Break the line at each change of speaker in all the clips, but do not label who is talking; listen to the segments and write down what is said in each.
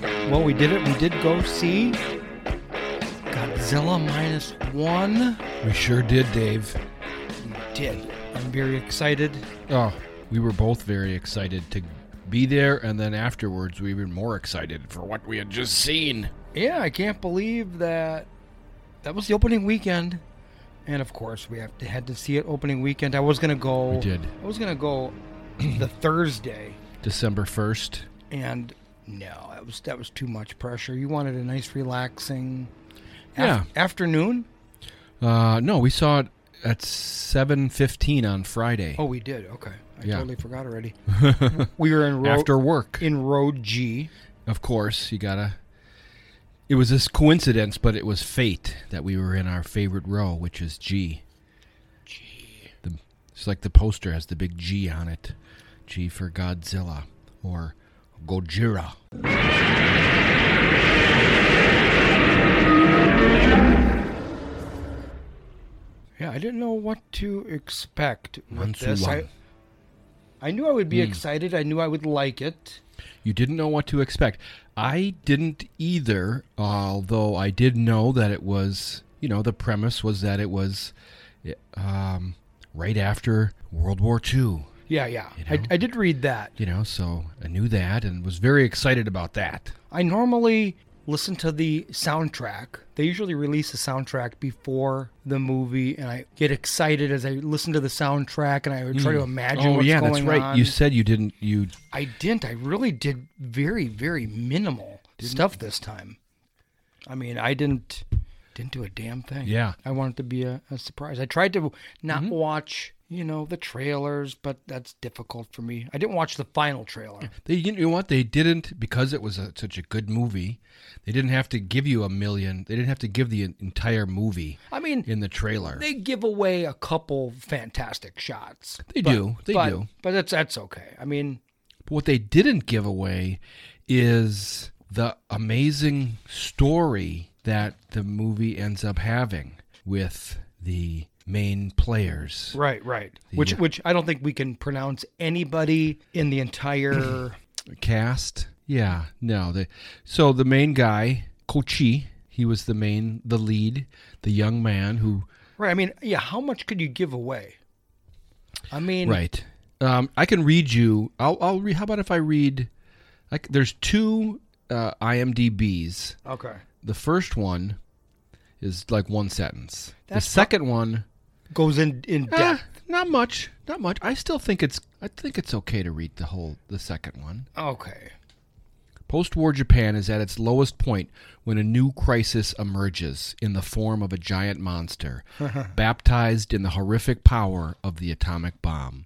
did it. We did go see Godzilla minus one.
We sure did, Dave.
We did. I'm very excited.
Oh, we were both very excited to be there, and then afterwards, we were more excited for what we had just seen.
Yeah, I can't believe that that was the opening weekend. And of course, we have to, had to see it opening weekend. I was gonna go.
We did.
I was gonna go the Thursday,
December 1st.
and no, that was that was too much pressure. You wanted a nice, relaxing,
Yeah.
afternoon.
Uh, no, we saw it at 7.15 on Friday
Oh, we did. Okay, I
Yeah.
totally forgot already. we were in row,
after work.
in road G.
Of course, you gotta. It was this coincidence, but it was fate that we were in our favorite row, which is G. G. The, it's like the poster has the big G on it. G for Godzilla or Gojira.
Yeah, I didn't know what to expect with
Months
this. I,
long.
I knew I would
Hmm.
be excited. I knew I would like it.
You didn't know what to expect. I didn't either, although I did know that it was, you know, the premise was that it was um, right after World War II.
Yeah, yeah.
You know?
I, I did read that.
You know, so I knew that and was very excited about that.
I normally listen to the soundtrack. They usually release a soundtrack before the movie, and I get excited as I listen to the soundtrack and I would try to imagine
Oh
what's
yeah,
going
that's right.
on.
You said you didn't. You
I didn't. I really did very, very minimal stuff this time. I mean, I didn't didn't do a damn thing.
Yeah.
I wanted to be a, a surprise. I tried to not watch, you know, the trailers, but that's difficult for me. I didn't watch the final trailer.
they you know what they didn't because it was a, such a good movie. They didn't have to give you a million. They didn't have to give the en- entire movie
I mean,
in the trailer.
they give away a couple fantastic shots.
They
but-
do. They
but,
do.
But that's that's okay. I mean,
But what they didn't give away is the amazing story that the movie ends up having with the main players.
right, right. Which
Yeah.
which I don't think we can pronounce anybody in the entire
cast. Yeah, no. The, so the main guy, Kochi, he was the main, the lead, the young man who.
Right. I mean, yeah, how much could you give away? I mean,
Right. Um, I can read you. I'll. I'll read. How about if I read? Like, there's two uh, IMDb's.
Okay.
The first one is like one sentence.
That's
the
prob-
second one,
Goes in in
eh,
depth.
not much. Not much. I still think it's. I think it's okay to read the whole. The second one.
Okay.
Post war Japan is at its lowest point when a new crisis emerges in the form of a giant monster, baptized in the horrific power of the atomic bomb.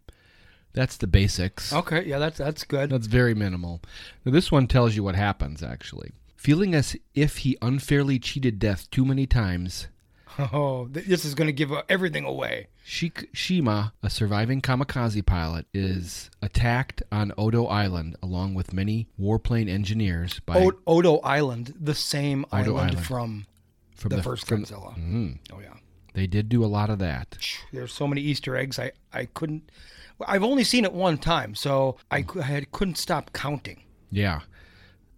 That's the basics.
Okay. Yeah, that's that's good.
That's very minimal. Now, this one tells you what happens, actually. Feeling as if he unfairly cheated death too many times,
Oh, th- this is going to give uh, everything away.
Shik- Shima, a surviving kamikaze pilot, is attacked on Odo Island along with many warplane engineers by
O- Odo Island, the same
Odo
island,
Island.
from
from
the, first
from- Mm-hmm.
Godzilla. Oh yeah.
They did do a lot of that.
There's so many Easter eggs. I I couldn't. well, I've only seen it one time, so I, cou- I had- couldn't stop counting.
Yeah.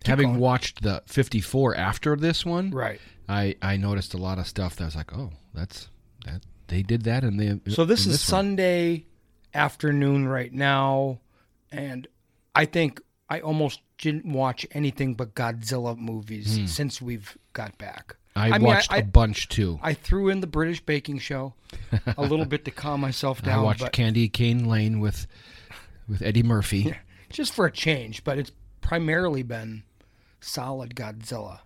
Having
going.
watched the 54 after this one,
Right.
I I noticed a lot of stuff that was like, "Oh, that's that they did that and they
So this
in
is
one.
Sunday afternoon right now, and I think I almost didn't watch anything but Godzilla movies since we've got back.
Hmm. I,
mean,
watched
I,
a bunch too.
I, I threw in the British Baking Show a little bit to calm myself
I,
down,
watched
but
Candy Cane Lane with with Eddie Murphy.
just for a change. But it's primarily been solid Godzilla.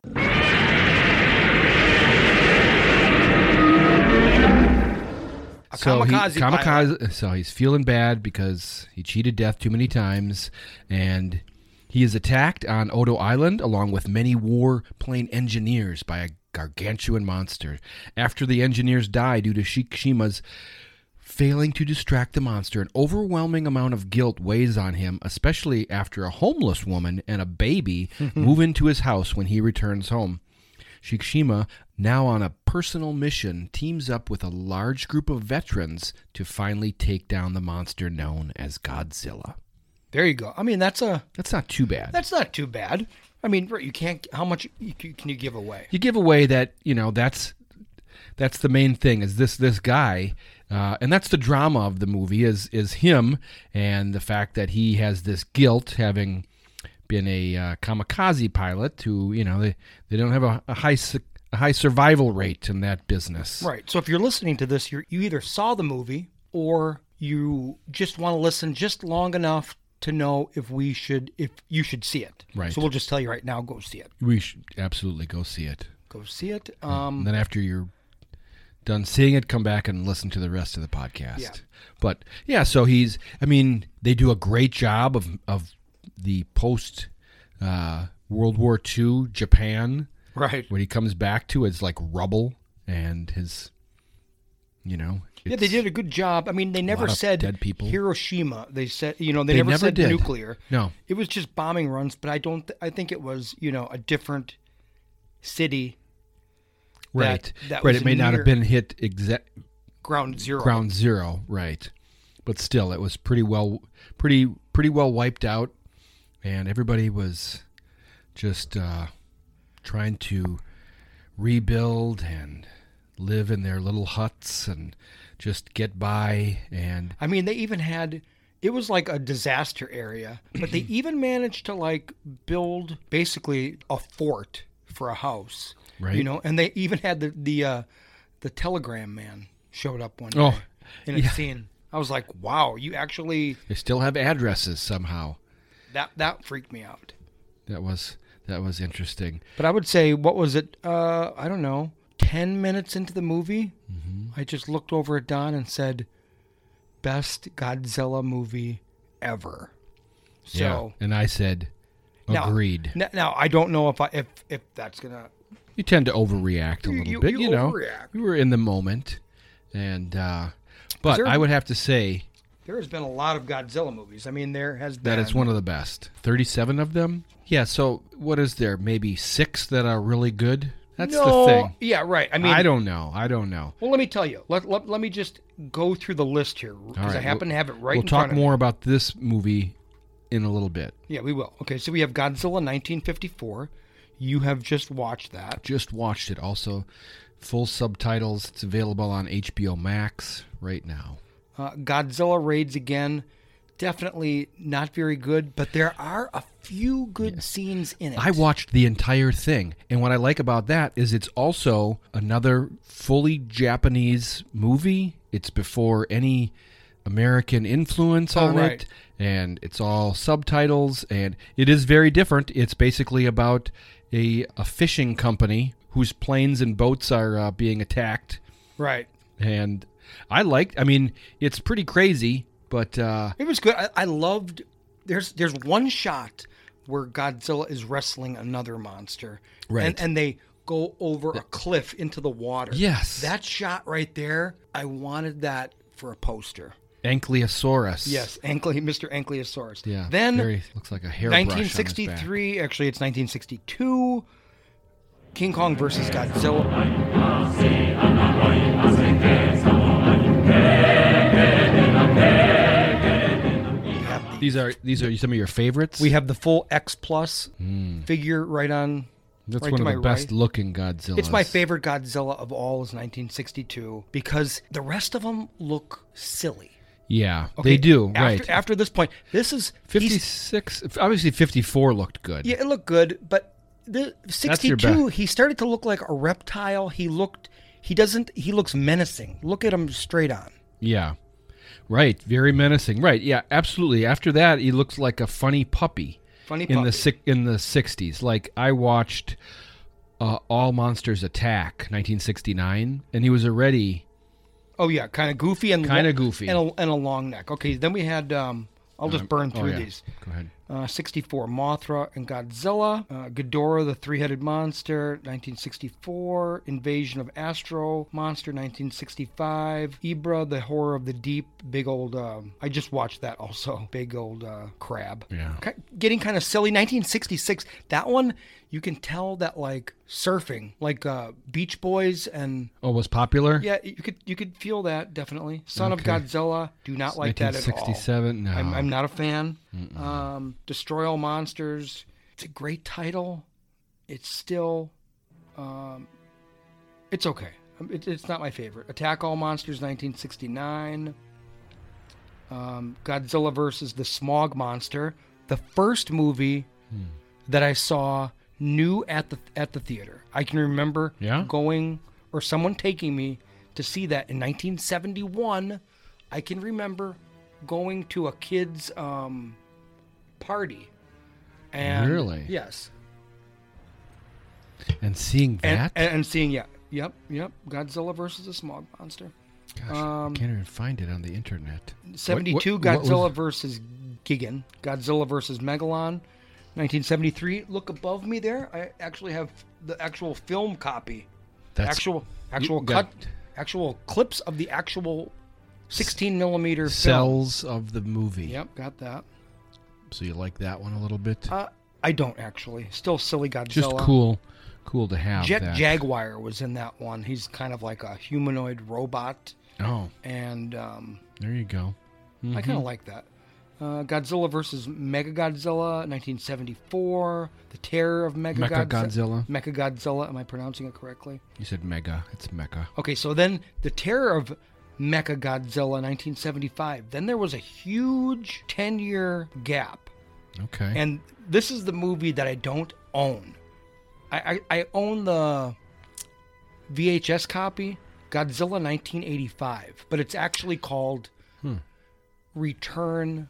A
So he,
kamikaze pilot.
kamikaze. So he's feeling bad because he cheated death too many times, and he is attacked on Odo Island along with many warplane engineers by a gargantuan monster. After the engineers die due to Shikishima's failing to distract the monster, an overwhelming amount of guilt weighs on him, especially after a homeless woman and a baby move into his house when he returns home. Shikishima, now on a personal mission, teams up with a large group of veterans to finally take down the monster known as Godzilla.
There you go. I mean, that's a
That's not too bad.
That's not too bad. I mean, right, you can't. How much you c- can you give away?
you give away that you know that's that's the main thing is this this guy uh, and that's the drama of the movie is is him and the fact that he has this guilt having been a uh, kamikaze pilot who you know they, they don't have a, a high su- a high survival rate in that business
Right. So if you're listening to this, you you either saw the movie or you just want to listen just long enough to know if we should if you should see it.
Right.
So we'll just tell you right now, go see it.
we should absolutely go see it
Go see it. Um.
and then after you're done seeing it come back and listen to the rest of the podcast
Yeah.
but yeah so he's i mean they do a great job of of the post uh world war ii japan
Right.
what he comes back to is like rubble and his you know
Yeah, they
it's-
did a good job. I mean, they never
lot of
said
dead people.
Hiroshima. They said, you know, they,
They
never,
never
said
did.
nuclear.
no
It was just bombing runs, but I don't. Th- I think it was, you know, a different city,
right
that
right
was
it may not
near-
have been hit exact
ground zero.
ground zero right but still it was pretty well pretty pretty well wiped out and everybody was just uh, trying to rebuild and live in their little huts and just get by and
I mean, they even had. It was like a disaster area, but they even managed to like build basically a fort for a house. You
Right.
know, and they even had the the uh, the telegram man showed up one day
Oh,
in a scene. I was like, wow, you actually
they still have addresses somehow
that that freaked me out.
that was that was interesting
But I would say, what was it? Uh, I don't know. Ten minutes into the movie, I just looked over at Don and said, "Best Godzilla movie ever." So
and i said
Now-
agreed
n- now I don't know if I if if that's gonna.
you tend to overreact a little
you-
bit
you
you, know
overreact.
we were in the moment and uh but
there-
i would have to say
There has been a lot of Godzilla movies. I mean, there has been.
That it's one of the best. 37 of them? Yeah, so what is there? Maybe six that are really good? That's
no,
the thing.
Yeah, right. I
I,
mean,
don't know. I don't know.
Well, let me tell you. Let let, let me just go through the list here because I
right,
happen to have it right.
we'll
in
talk
front of me.
more about this movie in a little bit.
Yeah, we will. Okay, so we have Godzilla 1954. You have just watched that.
Just watched it. Also, full subtitles. It's available on HBO Max right now.
Uh, Godzilla raids again. Definitely not very good, but there are a few good scenes in it.
I watched the entire thing. And what I like about that is it's also another fully Japanese movie. It's before any American influence on
Oh, right.
it. And it's all subtitles. And it is very different. It's basically about a, a fishing company whose planes and boats are uh, being attacked.
right.
And I liked, I mean, it's pretty crazy, but uh,
It was good. I, I loved. There's there's one shot where Godzilla is wrestling another monster,
Right.
And, and they go over a cliff into the water.
Yes.
that shot right there. I wanted that for a poster.
Ankylosaurus.
Yes, Ankle, Mr. Ankylosaurus.
Yeah.
Then
very, looks like a hairbrush. on his back.
1963. Actually, it's 1962. King Kong versus Godzilla. We have the-
These are these are some of your favorites.
We have the full X plus figure right on.
Hmm. That's
right
one
to
of
my
the best
right.
looking Godzilla.
It's my favorite Godzilla of all is 1962 because the rest of them look silly.
Yeah, they do.
After,
right.
after this point, this is he's-
56. Obviously, 54 looked good.
Yeah, it looked good, but the
your
sixty-two,
best.
he started to look like a reptile. He looked, he doesn't, he looks menacing. Look at him straight on.
Yeah. Right. Very menacing. Right. Yeah. Absolutely. After that, he looks like a funny puppy.
Funny
in
puppy.
the si- in the 60s. Like I watched uh, All Monsters Attack 1969, and he was already
Oh yeah, kind of goofy and
Kinda goofy.
and a, and a long neck. Okay, then we had. um I'll just burn
oh,
through these.
Go ahead.
Uh, 64 Mothra and Godzilla, uh, Ghidorah the Three-Headed Monster, 1964, Invasion of Astro Monster, 1965, Ibra the Horror of the Deep, big old. Um, I just watched that also, big old uh, crab.
Yeah.
Ki- getting kind of silly. 1966. That one you can tell that like surfing, like uh, Beach Boys and
Oh, was popular?
yeah, you could you could feel that definitely. Son
Okay.
of Godzilla, do not like that at all.
1967. No.
I'm, I'm not a fan. Um, Destroy All Monsters, It's a great title. It's still, um, it's okay. Um, It, it's not my favorite. Attack All Monsters, 1969. Um, Godzilla versus the Smog Monster, the first movie
Hmm.
that I saw new at the at the theater. I can remember
Yeah?
going or someone taking me to see that in 1971. I can remember going to a kid's um, party. And
Really?
Yes.
And seeing
And,
that,
and, and seeing yeah. Yep, yep. Godzilla versus the smog monster.
gosh,
Um,
I can't even find it on the internet.
Seventy-two
What- what- what was-
Godzilla versus Gigan. Godzilla versus Megalon. 1973. Look above me there. I actually have the actual film copy.
That's-
actual actual
you
cut
got-
actual clips of the actual 16 millimeter film.
cells of the movie.
Yep, got that.
So you like that one a little bit?
Uh, I don't actually. Still silly Godzilla.
Just cool, cool to have.
Jet
that.
Jaguar was in that one. He's kind of like a humanoid robot,
Oh,
and um,
there you go.
I kind of like that. Uh, Godzilla versus Mega Godzilla, 1974. The Terror of Mega
Mecha Godzilla.
Mecha Godzilla. Am I pronouncing it correctly?
You said mega. It's mecca.
Okay, so then the terror of Mecha Godzilla 1975. Then there was a huge 10 year gap.
Okay.
And this is the movie that I don't own. I, I, I own the VHS copy, Godzilla 1985, but it's actually called
Hmm.
Return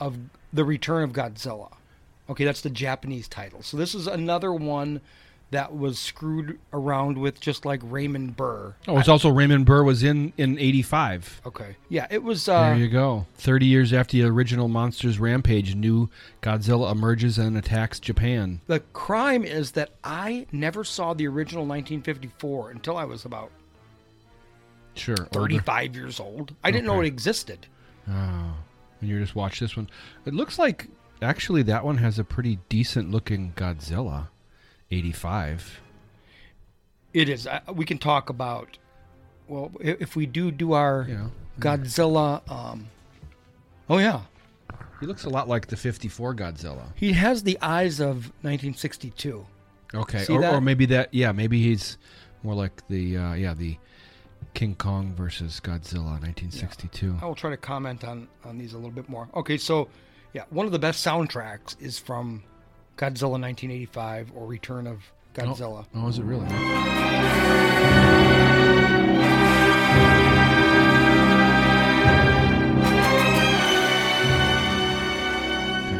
of the Return of Godzilla. Okay, that's the Japanese title. So this is another one that was screwed around with, just like Raymond Burr.
oh, it's also Raymond Burr was in in '85.
Okay, yeah, it was.
There
Uh,
you go. 30 years after the original Monsters Rampage, new Godzilla emerges and attacks Japan.
the crime is that I never saw the original 1954 until I was about
Sure. older.
35 years old. I didn't know it existed.
Oh. And you just watch this one. It looks like actually that one has a pretty decent looking Godzilla. 85.
It is. I, we can talk about. Well, i- if we do do our
You know.
Godzilla. Um, oh yeah,
He looks a lot like the 54 Godzilla.
he has the eyes of 1962.
Okay.
See
Or,
that?
or maybe that yeah, maybe he's more like the uh, yeah, the King Kong versus Godzilla 1962.
I will try to comment on on these a little bit more. Okay, so yeah, one of the best soundtracks is from Godzilla 1985 or Return of Godzilla.
Oh, is it really?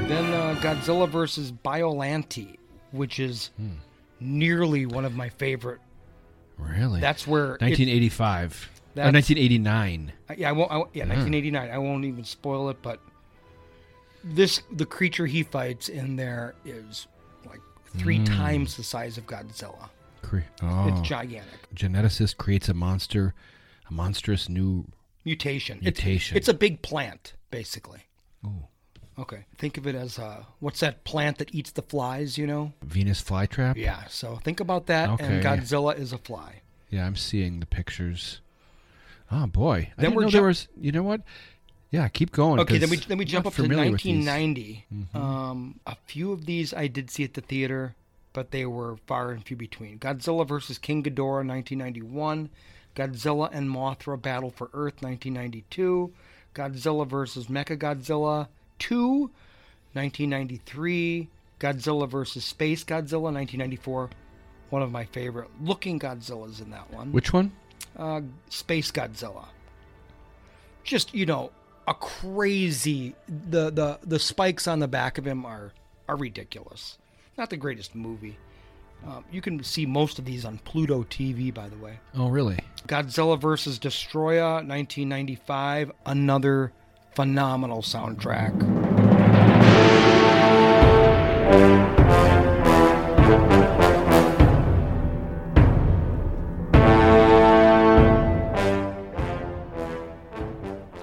Then uh, Godzilla versus Biollante, which is
Hmm.
nearly one of my favorite.
Really? Uh,
That's where it-
1985. Or
That's-
1989.
Uh, Yeah, I won't. I, won't-
Mm.
yeah, 1989. I won't even spoil it, but this the creature he fights in there is like three times the size of Godzilla.
Cre- Mm. oh.
It's gigantic
Geneticist creates a monster, a monstrous new.
mutation. It's-
Mutation.
It's, a big plant, basically.
Ooh.
Okay, think of it as uh, what's that plant that eats the flies? You know?
Venus flytrap.
Yeah. So think about that, and
Okay.
Godzilla is a fly.
Yeah, I'm seeing the pictures. Oh boy! I
Then
didn't
we're
know there
ju-
was. You know what? Yeah, keep going.
Okay,
'cause
then we then we
I'm
jump
not
up to
familiar with these. Mm-hmm.
1990. Um, a few of these I did see at the theater, but they were far and few between. Godzilla versus King Ghidorah, 1991. Godzilla and Mothra Battle for Earth, 1992. Godzilla versus Mechagodzilla 2, 1993. Godzilla versus Space Godzilla, 1994. One of my favorite looking Godzillas in that one
Which one?
uh, Space Godzilla. Just you know, a crazy the the the spikes on the back of him are are ridiculous. Not the greatest movie. Um, you can see most of these on Pluto TV, by the way.
Oh, really?
Godzilla vs. Destroya, 1995. Another phenomenal soundtrack.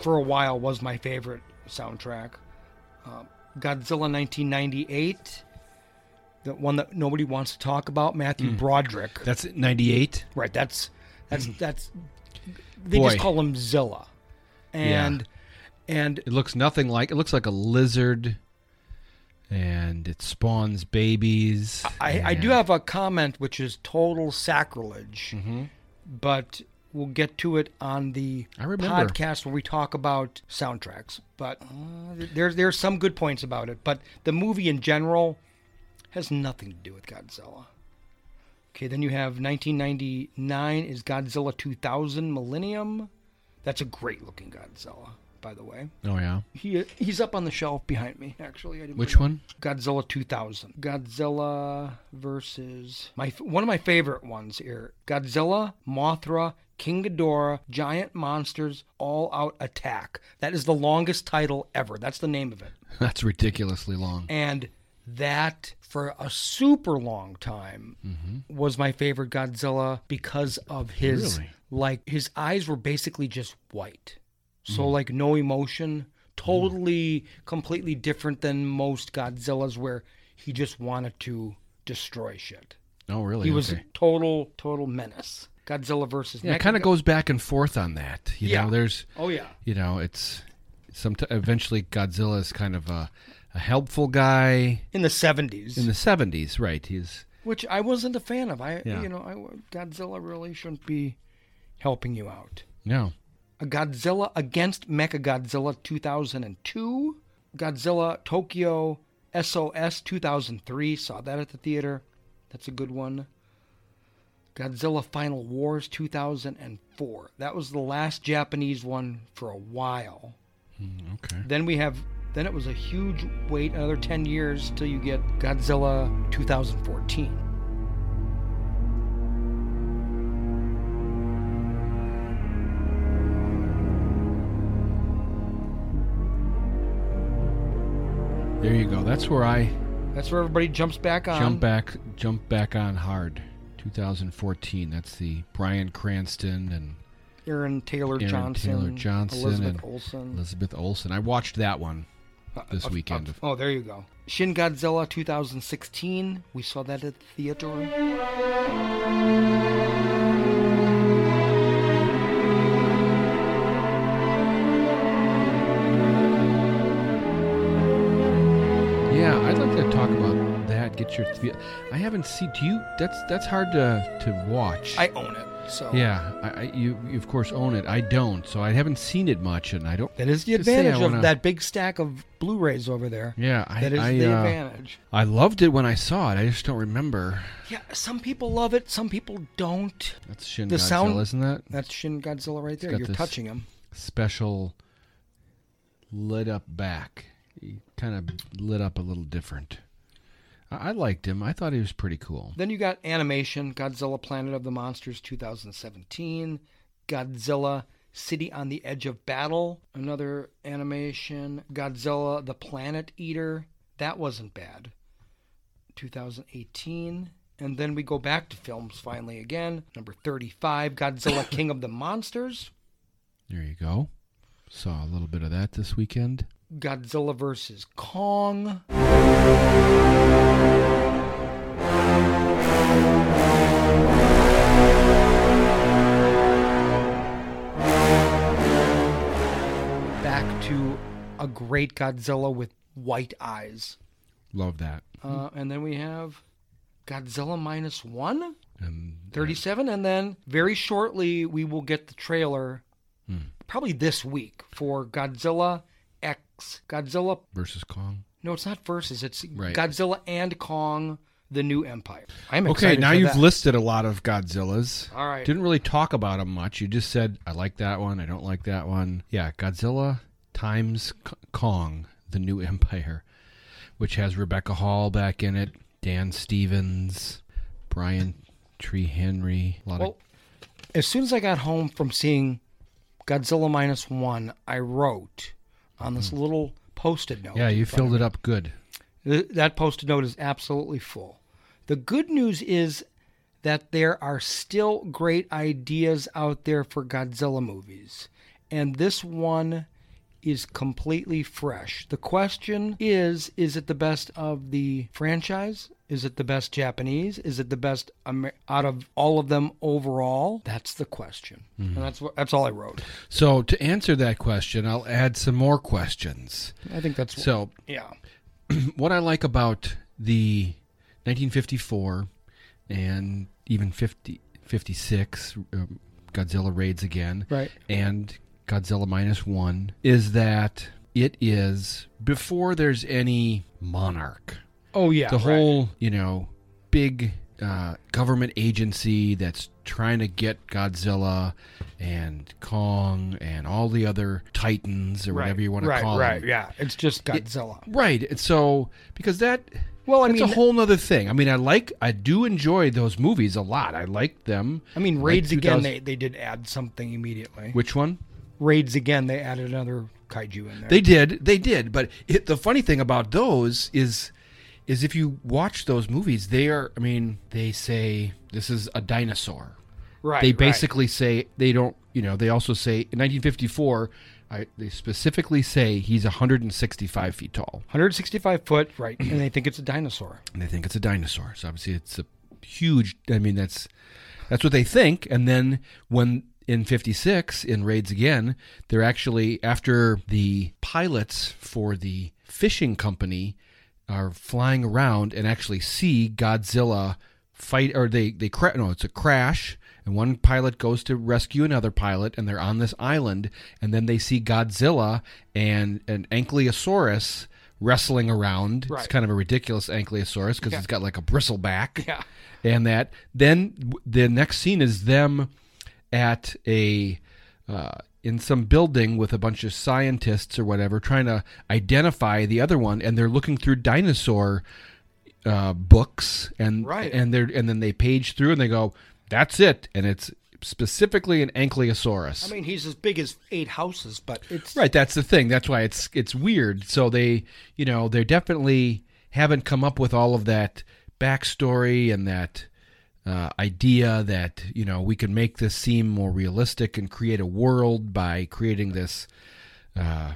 For a while, was my favorite soundtrack. Um, Godzilla 1998, the one that nobody wants to talk about, Matthew Broderick.
That's 98.
Right. That's that's that's. They just
Boy.
call him Zilla, and and
It looks nothing like. It looks like a lizard. and it spawns babies.
I, I do have a comment which is total sacrilege,
Mm-hmm.
but we'll get to it on the
I remember.
podcast when we talk about soundtracks. But uh, there's there's some good points about it, but the movie in general has nothing to do with Godzilla. Okay, then you have 1999 is Godzilla 2000 Millennium. That's a great looking Godzilla, by the way.
Oh yeah,
He he's up on the shelf behind me. Actually, I didn't
which
bring it
one?
Godzilla 2000. Godzilla versus my one of my favorite ones here. Godzilla, Mothra, King Ghidorah, giant monsters, all out attack. That is the longest title ever. That's the name of it.
That's ridiculously long.
And that for a super long time was my favorite Godzilla because of his
Mm-hmm. Really?
like his eyes were basically just white. So
Mm-hmm.
like no emotion, totally completely different than most Godzillas where he just wanted to destroy shit.
Oh really?
He was a
Okay.
total total menace. Godzilla versus
Yeah, it
Mecha-
kind of goes back and forth on that. You
Yeah.
know, there's
Oh yeah.
you know, it's some eventually Godzilla is kind of a, a helpful guy
In the 70s.
in the 70s, right? He's
which I wasn't a fan of. I
Yeah.
you know, I Godzilla really shouldn't be helping you out.
no.
a Godzilla against Mechagodzilla 2002, Godzilla Tokyo SOS 2003, saw that at the theater. That's a good one. Godzilla Final Wars 2004. That was the last Japanese one for a while.
Mm, Okay.
Then we have then it was a huge wait another 10 years till you get Godzilla 2014.
There you go. That's where I
That's where everybody jumps back on.
jump back jump back on hard. 2014. That's the Brian Cranston and
Aaron Taylor
Aaron
Johnson,
Taylor Johnson
Elizabeth
and
Olsen.
Elizabeth Olsen. I watched that one. this
Of-
weekend.
of- oh, there you go. Shin Godzilla 2016. We saw that at the theater.
Yeah, I'd like to talk about that. Get your feel. I haven't seen. Do you? That's that's hard to to watch.
I own it, so
yeah, I, I you, you of course own it. I don't, so I haven't seen it much, and I don't.
That is the
To say I
advantage
wanna-
of that big stack of Blu-rays over there.
Yeah, I
that is
I,
the
uh,
advantage.
I loved it when I saw it. I just don't remember.
Yeah, some people love it, some people don't.
That's Shin
The
Godzilla,
sound-
isn't that
That's Shin Godzilla right there.
got
You're
this-
touching him.
special lit up back? He kind of lit up a little different. I, I liked him. I thought he was pretty cool.
Then you got animation Godzilla Planet of the Monsters 2017, Godzilla City on the Edge of Battle, another animation, Godzilla the Planet Eater. That wasn't bad. 2018. And then we go back to films finally again. Number 35, Godzilla King of the Monsters,
There you go. Saw a little bit of that this weekend.
Godzilla vs. Kong. Back to a great Godzilla with white eyes.
Love that.
Uh, and then we have Godzilla minus one,
Um,
37. And then very shortly, we will get the trailer, probably this week, for Godzilla X, Godzilla
versus Kong.
No, it's not versus. It's
Right.
Godzilla and Kong: The New Empire. I'm
Okay,
excited
now
for
you've
that.
listed a lot of Godzillas.
All right.
Didn't really talk about them much. You just said I like that one. I don't like that one. Yeah, Godzilla times K- Kong: The New Empire, which has Rebecca Hall back in it, Dan Stevens, Brian Tree Henry. A lot
Well, as soon as I got home from seeing Godzilla minus one, I wrote on this little post-it note.
of. Hmm. Yeah, you filled it up good.
Th- that post-it note is absolutely full. The good news is that there are still great ideas out there for Godzilla movies, and this one is completely fresh. The question is is it the best of the franchise? Is it the best Japanese? Is it the best Amer- out of all of them overall? That's the question.
Mm-hmm.
And that's what that's all I wrote.
So to answer that question, I'll add some more questions.
I think that's
So
yeah.
what I like about the 1954 and even 50, 56 um, Godzilla raids again
Right.
and Godzilla minus one is that it is before there's any monarch.
Oh yeah.
The whole, you know, big uh, government agency that's trying to get Godzilla and Kong and all the other titans or
right.
whatever you want to
right,
call
Right.
them.
Yeah. It's just Godzilla.
Right. And so because that
well, I
it's
mean,
a whole nother thing. I mean, I like I do enjoy those movies a lot. I like them.
I mean,
Like
raids again.
2000
They, they did add something immediately.
Which one?
Raids again. They added another kaiju in there.
They did. They did. But it, the funny thing about those is is if you watch those movies, they are I mean, they say this is a dinosaur.
right.
they
right.
basically say they don't, you know, they also say in 1954, I, they specifically say he's 165 feet tall.
165 foot. Right. And they think it's a dinosaur.
and they think it's a dinosaur. So obviously it's a huge. I mean that's that's what they think. And then when in '56 in raids again, they're actually after the pilots for the fishing company are flying around and actually see Godzilla fight or they they cra- no it's a crash and one pilot goes to rescue another pilot and they're on this island and then they see Godzilla and an ankylosaurus wrestling around it's
Right.
kind of a ridiculous ankylosaurus because it's got like a bristle back
Yeah.
and that then w- the next scene is them at a uh, in some building with a bunch of scientists or whatever trying to identify the other one and they're looking through dinosaur uh, books and
Right.
and they're and then they page through and they go that's it and it's specifically an ankylosaurus
I mean, he's as big as eight houses, but it's
Right, that's the thing. That's why it's it's weird. So they, you know, they definitely haven't come up with all of that backstory and that uh, idea that you know we can make this seem more realistic and create a world by creating this uh,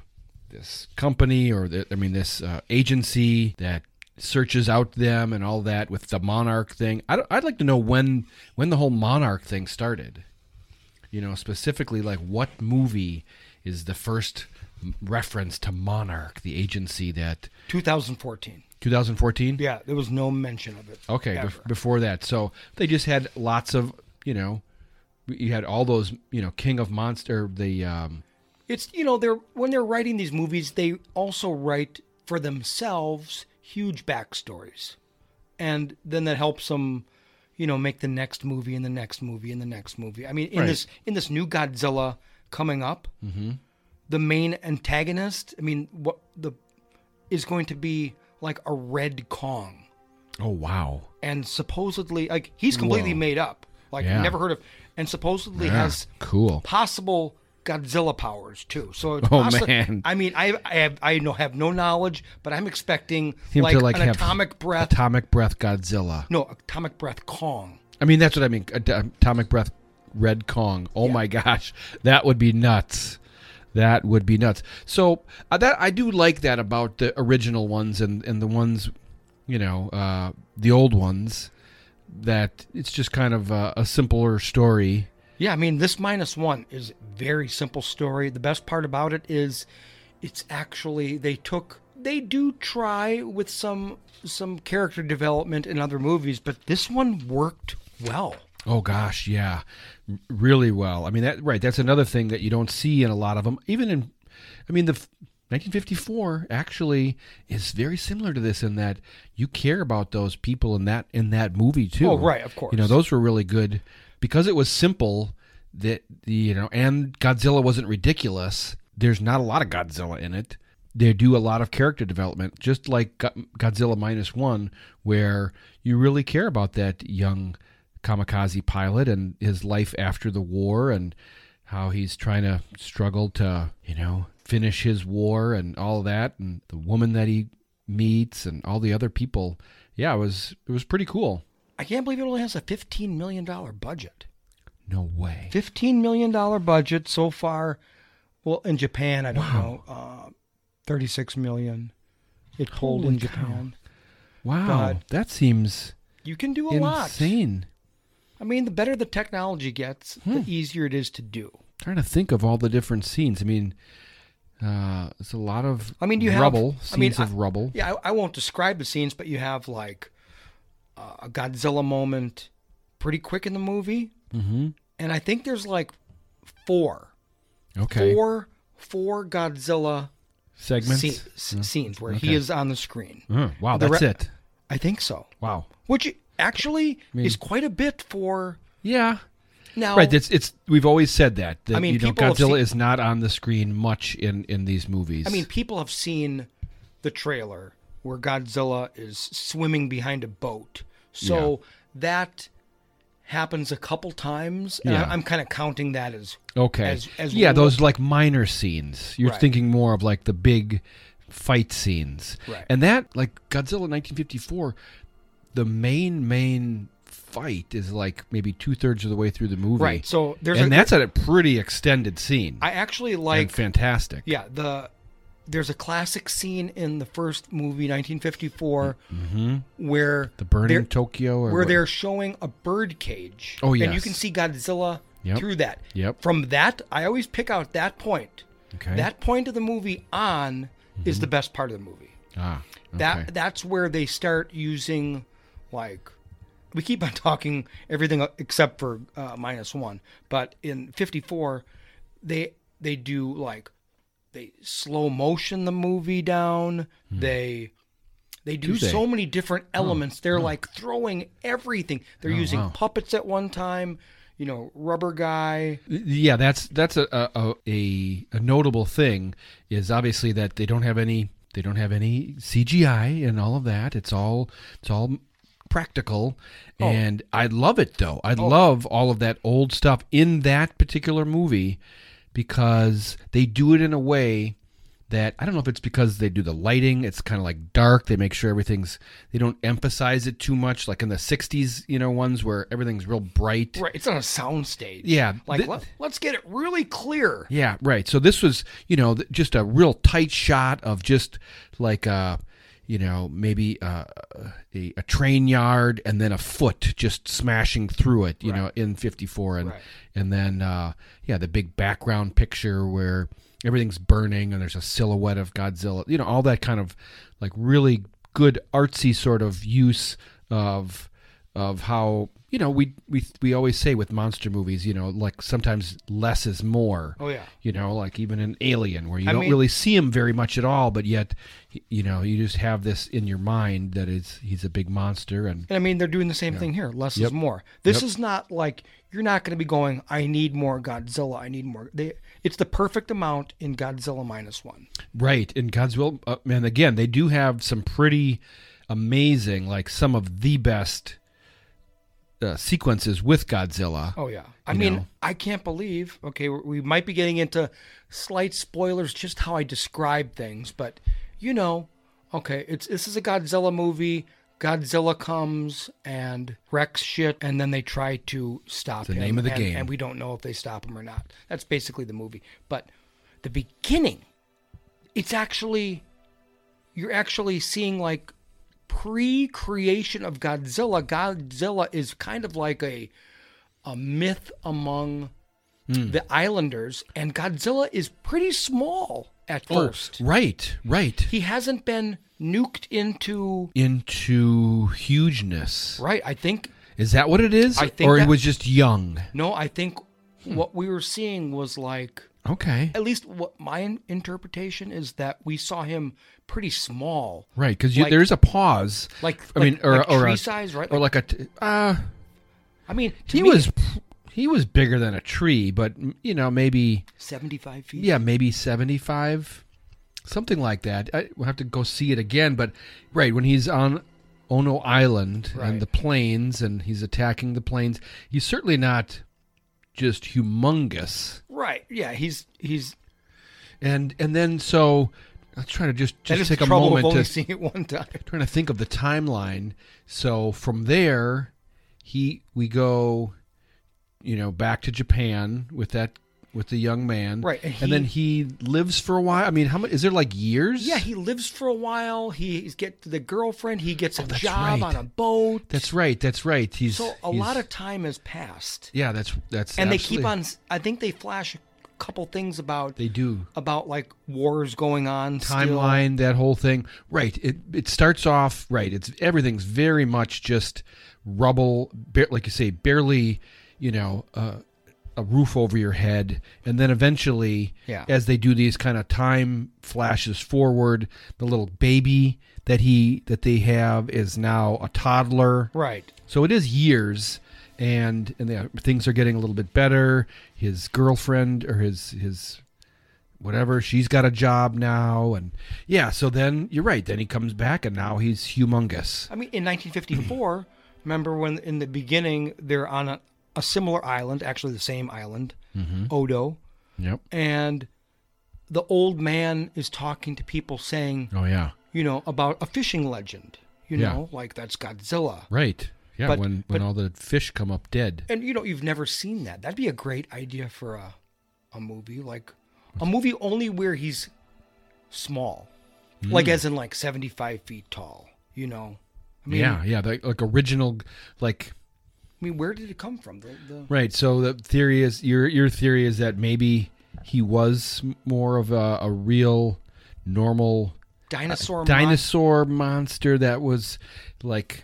this company or the, I mean this uh, agency that searches out them and all that with the monarch thing. I don't- I'd like to know when when the whole monarch thing started you know specifically like what movie is the first m- reference to monarch the agency that
2014.
2014
Yeah. There was no mention of it.
okay
ever.
bef- before that so they just had lots of you know you had all those you know king of monster the um
it's you know they're when they're writing these movies they also write for themselves huge backstories and then that helps them you know make the next movie and the next movie and the next movie i mean in
Right. Mm-hmm.
this in this new godzilla coming up the main antagonist i mean what the is going to be like a red kong
oh wow
and supposedly like he's completely
Whoa.
made up like
Yeah.
never heard of and supposedly
Yeah,
has
cool
possible Godzilla powers too. So it's
Oh,
possi-
man.
I mean, I I have I know have no knowledge, but I'm expecting
Him
like,
to, like,
an
have-
atomic breath.
atomic breath godzilla
no, atomic breath Kong.
i mean that's what i mean At- atomic breath red kong oh my gosh that would be nuts that would be nuts so uh, that i do like that about the original ones and and the ones you know uh the old ones that it's just kind of a, a simpler story
Yeah, I mean, this minus one is very simple story. The best part about it is, it's actually they took they do try with some some character development in other movies, but this one worked well.
Oh gosh, yeah, R- really well. I mean that right. That's another thing that you don't see in a lot of them. Even in, I mean the. f- 1954 actually is very similar to this in that you care about those people in that in that movie too.
Oh, right, of course.
You know those were really good because it was simple that the you know and Godzilla wasn't ridiculous. There's not a lot of Godzilla in it. They do a lot of character development, just like Go- Godzilla minus one, where you really care about that young kamikaze pilot and his life after the war and how he's trying to struggle to, you know, finish his war and all that and the woman that he meets and all the other people. Yeah, it was it was pretty cool.
I can't believe it only has a fifteen million dollar budget.
No way.
fifteen million dollar budget so far. Well, in Japan, I don't know, uh, thirty six million. It pulled
Holy
in Japan.
Wow.
God.
That seems
You can do a lot.
insane.
I mean, the better the
Hmm.
technology gets, the easier it is to do.
Trying to think of all the different scenes. I mean, Uh, it's a lot of
I mean, you have-
rubble
I mean,
scenes
I-
of rubble.
Yeah, I, I won't describe the scenes, but you have like uh, a Godzilla moment pretty quick in the movie,
Mm-hmm.
and I think there's like four,
Okay.
four, four Godzilla
Segments.
scene-
Mm-hmm.
s- scenes where he is on the screen.
Uh, wow,
The
that's
re-
it.
I think so,
Wow.
which actually
mean-
is quite a bit for
Yeah.
now.
Right. It's it's we've always said that. that
I mean,
you know,
people have
Godzilla
seen-
is not on the screen much in in these movies.
I mean, people have seen the trailer where Godzilla is swimming behind a boat. So that happens a couple times. And
Yeah.
I, I'm kind of counting that as
okay.
as- as
yeah,
we
those like minor scenes. You're
Right.
thinking more of like the big fight scenes.
Right.
And that like Godzilla 1954, the main main fight is like maybe two thirds of the way through the movie.
right. So there's
and
a,
that's a pretty extended scene.
I actually
and
like
fantastic.
yeah the there's a classic scene in the first movie 1954 where
Mm-hmm. The burning
they're-
Tokyo or
where
what-
they're showing a bird cage.
Oh,
And you
yes.
can see Godzilla
Yep.
through that.
Yep.
From that, I always pick out that point.
Okay.
That point of the movie on is the best part of the movie.
ah, okay.
That that's where they start using like we keep on talking everything except for uh, minus 1, but in 54 they they do like they slow motion the movie down. They they do,
Hmm. Do they? Oh,
so many different elements. They're like throwing everything. They're using puppets at one time, you know, rubber guy.
Yeah, that's that's a a, a a notable thing is obviously that they don't have any they don't have any CGI and all of that. It's all it's all practical, and I love it though. I love all of that old stuff in that particular movie because they do it in a way that I don't know if it's because they do the lighting. It's kind of like dark. They make sure everything's they don't emphasize it too much, like in the '60s, you know, ones where everything's real bright.
Right, it's on a soundstage.
Yeah,
Like
thi-
let, let's get it really clear.
Yeah, right. So this was, you know, th- just a real tight shot of just like uh you know, maybe uh, a, a train yard and then a foot just smashing through it, you know, in 54 and
Right.
and then uh yeah, the big background picture where everything's burning and there's a silhouette of Godzilla, you know, all that kind of like really good artsy sort of use of of how you know we we we always say with monster movies you know like sometimes less is more
Oh, yeah.
you know like even in alien where you
I
don't
mean-
really see him very much at all but yet y- you know you just have this in your mind that it's he's a big monster and
And I mean, they're doing the same thing here. Less is more. This is not like you're not going to be going. I need more Godzilla. I need more. They, it's the perfect amount in Godzilla minus one.
right in god's will uh, and again they do have some pretty amazing like some of the best uh, sequences with godzilla
Oh yeah. I
You
mean,
know.
I can't believe. Okay, we- we might be getting into slight spoilers, just how I describe things, but you know, okay, it's this is a Godzilla movie. Godzilla comes and wrecks shit, and then they try to stop
the
him.
name of the
and-
game.
and we don't know if they stop him or not. That's basically the movie. But the beginning, it's actually you're actually seeing like pre-creation of Godzilla. Godzilla is kind of like a a myth among
Hmm.
the islanders and Godzilla is pretty small at first.
Oh, right right
He hasn't been nuked into
into hugeness
right, I think
Is that what it is?
I think
or it
that-
was just young.
no, I think
Hmm.
what we were seeing was like
Okay.
at least what my in- interpretation is that we saw him pretty small.
Right, because
Like-
there is a pause.
Like
I mean,
like-
or
like
or
tree
a,
size, right?
or like a. T- uh,
I mean, to
he
me,
was he was bigger than a tree, but mm, you know maybe
75 feet.
yeah maybe seventy five, something like that. I, we'll have to go see it again. But right when he's on Ono Island
Right.
and the plains, and he's attacking the plains, he's certainly not just humongous.
Right. Yeah, he's he's
And and then so let's try to just
that
just
is
take
the
a
trouble of
moment
only
to
seeing it one time.
trying to think of the timeline. So from there, he we go, you know, back to Japan with that with the young man,
Right,
And,
and
then he lives for a while. I mean, how much is there like years?
Yeah, he lives for a while. He's get the girlfriend. He gets a
that's
job
right.
on a boat.
that's right. That's right. He's
so a
he's-
lot of time has passed,
yeah. That's that's
and they
absolutely-
keep on. I think they flash a couple things about
They do.
about like wars going on. still.
timeline, that whole thing. Right. It it starts off right. It's everything's very much just rubble, ba- like you say, barely, you know, uh, a roof over your head, and then eventually,
Yeah.
as they do these kind of time flashes forward, the little baby that he that they have is now a toddler.
Right.
So it is years, and and they, things are getting a little bit better. His girlfriend or his his whatever she's got a job now, and yeah. So then you're right. Then he comes back, and now he's humongous.
I mean, in 1954, remember when in the beginning they're on a, a similar island, actually the same island, Odo,
Yep.
and the old man is talking to people saying,
Oh yeah.
you know, about a fishing legend, you
Yeah.
know, like that's Godzilla.
Right. Yeah.
But-
when when all the fish come up dead.
And you know, you've never seen that. That'd be a great idea for a a movie, like a movie only where he's small,
Hmm.
like as in like 75 feet tall. You know, I mean,
yeah. Yeah. Like, like original, like
I mean, where did it come from? The, the
Right. So the theory is your your theory is that maybe he was m- more of a, a real normal
dinosaur,
Uh,
mon-
dinosaur monster that was like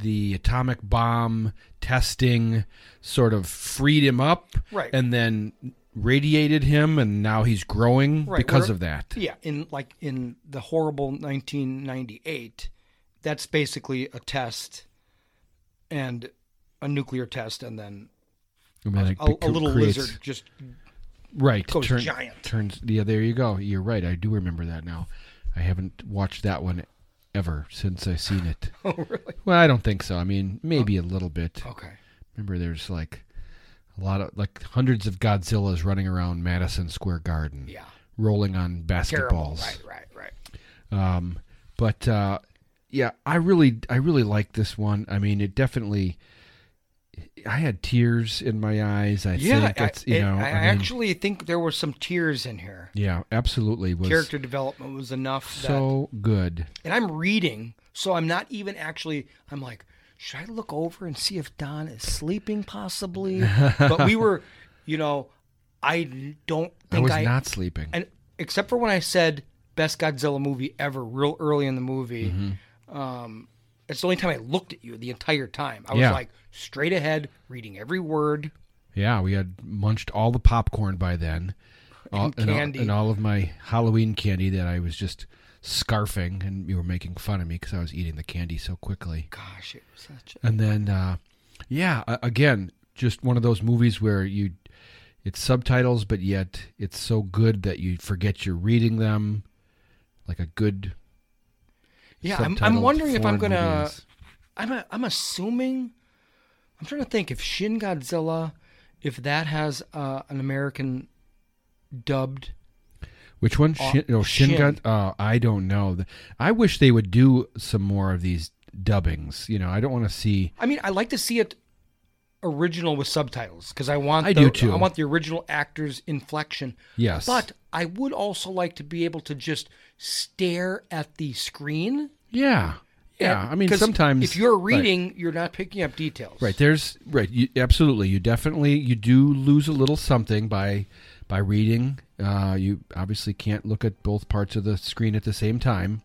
the atomic bomb testing sort of freed him up
Right.
and then radiated him and now he's growing
Right,
because
we're-
of that.
Yeah, in like in the horrible 1998, that's basically a test and a nuclear test, and then
I mean, like,
a,
it
a little
creates-
lizard just
Right.
goes giant.
Turns yeah, there you go. You're right. I do remember that now. I haven't watched that one ever since I seen it.
Oh, really?
Well, I don't think so. I mean, maybe a little bit.
Okay.
Remember, there's like a lot of like hundreds of Godzillas running around Madison Square Garden,
Yeah.
rolling on
Terrible.
basketballs.
Right, right, right.
Um, but uh, yeah, I really, I really like this one. I mean, it definitely. I had tears in my eyes. I
Yeah,
think that's you
I,
know.
I,
mean,
actually think there were some tears in here.
yeah, absolutely was
Character development was enough. That,
so good.
and I'm reading, so I'm not even actually. I'm like, should I look over and see if Don is sleeping possibly? but we were, you know, I don't
I
think
was
I,
not sleeping.
and except for when I said best Godzilla movie ever, real early in the movie.
Mm-hmm.
Um, it's the only time I looked at you the entire time. I was
Yeah.
like straight ahead, reading every word.
Yeah, we had munched all the popcorn by then, all, and, all-
candy.
and all, of my Halloween candy that I was just scarfing, and you were making fun of me because I was eating the candy so quickly.
Gosh, it was such.
And then, uh, yeah, a- again, just one of those movies where you, it's subtitles, but yet it's so good that you forget you're reading them, like a good.
Yeah, I'm, I'm
subtitled
wondering if I'm
foreign
gonna.
movie is.
I'm a, I'm assuming. I'm trying to think if Shin Godzilla, if that has uh, an American dubbed.
Which one?
Uh,
Shin, no, Shin,
Shin.
Gun. Uh, I don't know. The- I wish they would do some more of these dubbings. You know, I don't want to see.
I mean, I like to see it original with subtitles because I want.
I
the,
do too.
I want the original actor's inflection.
Yes,
But I would also like to be able to just stare at the screen.
yeah, yeah. I mean,
'Cause
sometimes
if you're
right,
reading, you're not picking up details.
right, there's right. You, absolutely, you definitely you do lose a little something by by reading. Uh, you obviously can't look at both parts of the screen at the same time.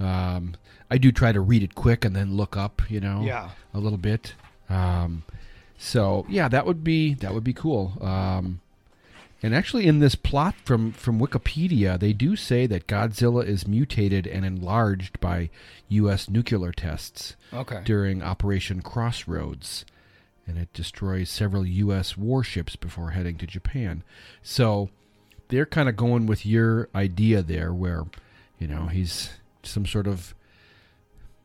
Um, I do try to read it quick and then look up. You know,
Yeah.
a little bit. Um, so yeah, that would be that would be cool. Um, and actually, in this plot from from Wikipedia, they do say that Godzilla is mutated and enlarged by U.S. nuclear tests
Okay.
during Operation Crossroads, and it destroys several U.S. warships before heading to Japan. So they're kind of going with your idea there, where you know he's some sort of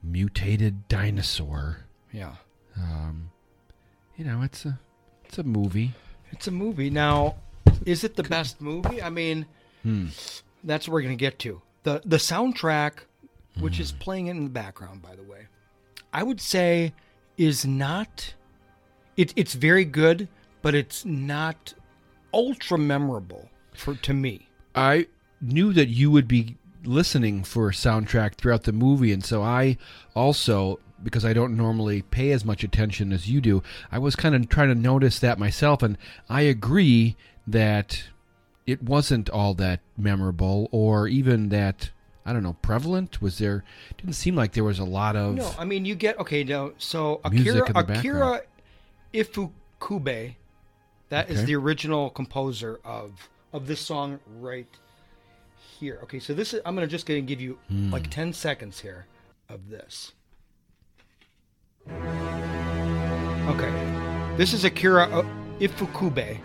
mutated dinosaur.
Yeah.
Um, you know, it's a it's a movie.
It's a movie. Now, is it the best movie? I mean, that's what we're going to get to. The the soundtrack which is playing in the background by the way. I would say is not it, it's very good, but it's not ultra memorable for to me.
I knew that you would be listening for a soundtrack throughout the movie, and so I also because I don't normally pay as much attention as you do, I was kind of trying to notice that myself, and I agree that it wasn't all that memorable or even that I don't know prevalent. Was there? Didn't seem like there was a lot of.
No, I mean you get okay. No, so
Music
Akira
in the
Akira Ifukube, that is
Okay.
the original composer of of this song right here. Okay, so this is I'm gonna just gonna give you
Hmm.
like ten seconds here of this. Okay, this is Akira uh, Ifukube.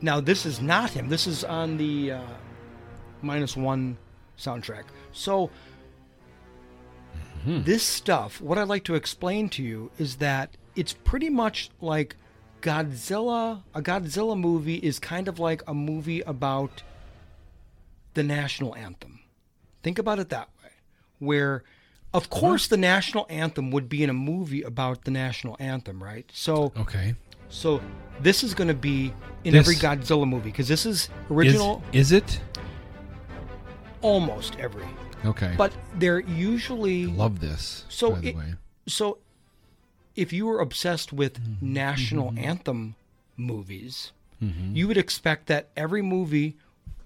Now this is not him. This is on the uh, minus one soundtrack. So this stuff, what I'd like to explain to you is that it's pretty much like Godzilla. A Godzilla movie is kind of like a movie about the national anthem. Think about it that way, where of course the national anthem would be in a movie about the national anthem, right? So
Okay.
so this is going to be in
This-
every Godzilla movie because this is
Is-
original
Is, it?
almost every.
Okay.
But they're usually
love this.
So
by the
it-
way,
So, if you were obsessed with
Mm-hmm.
national anthem movies,
Mm-hmm.
you would expect that every movie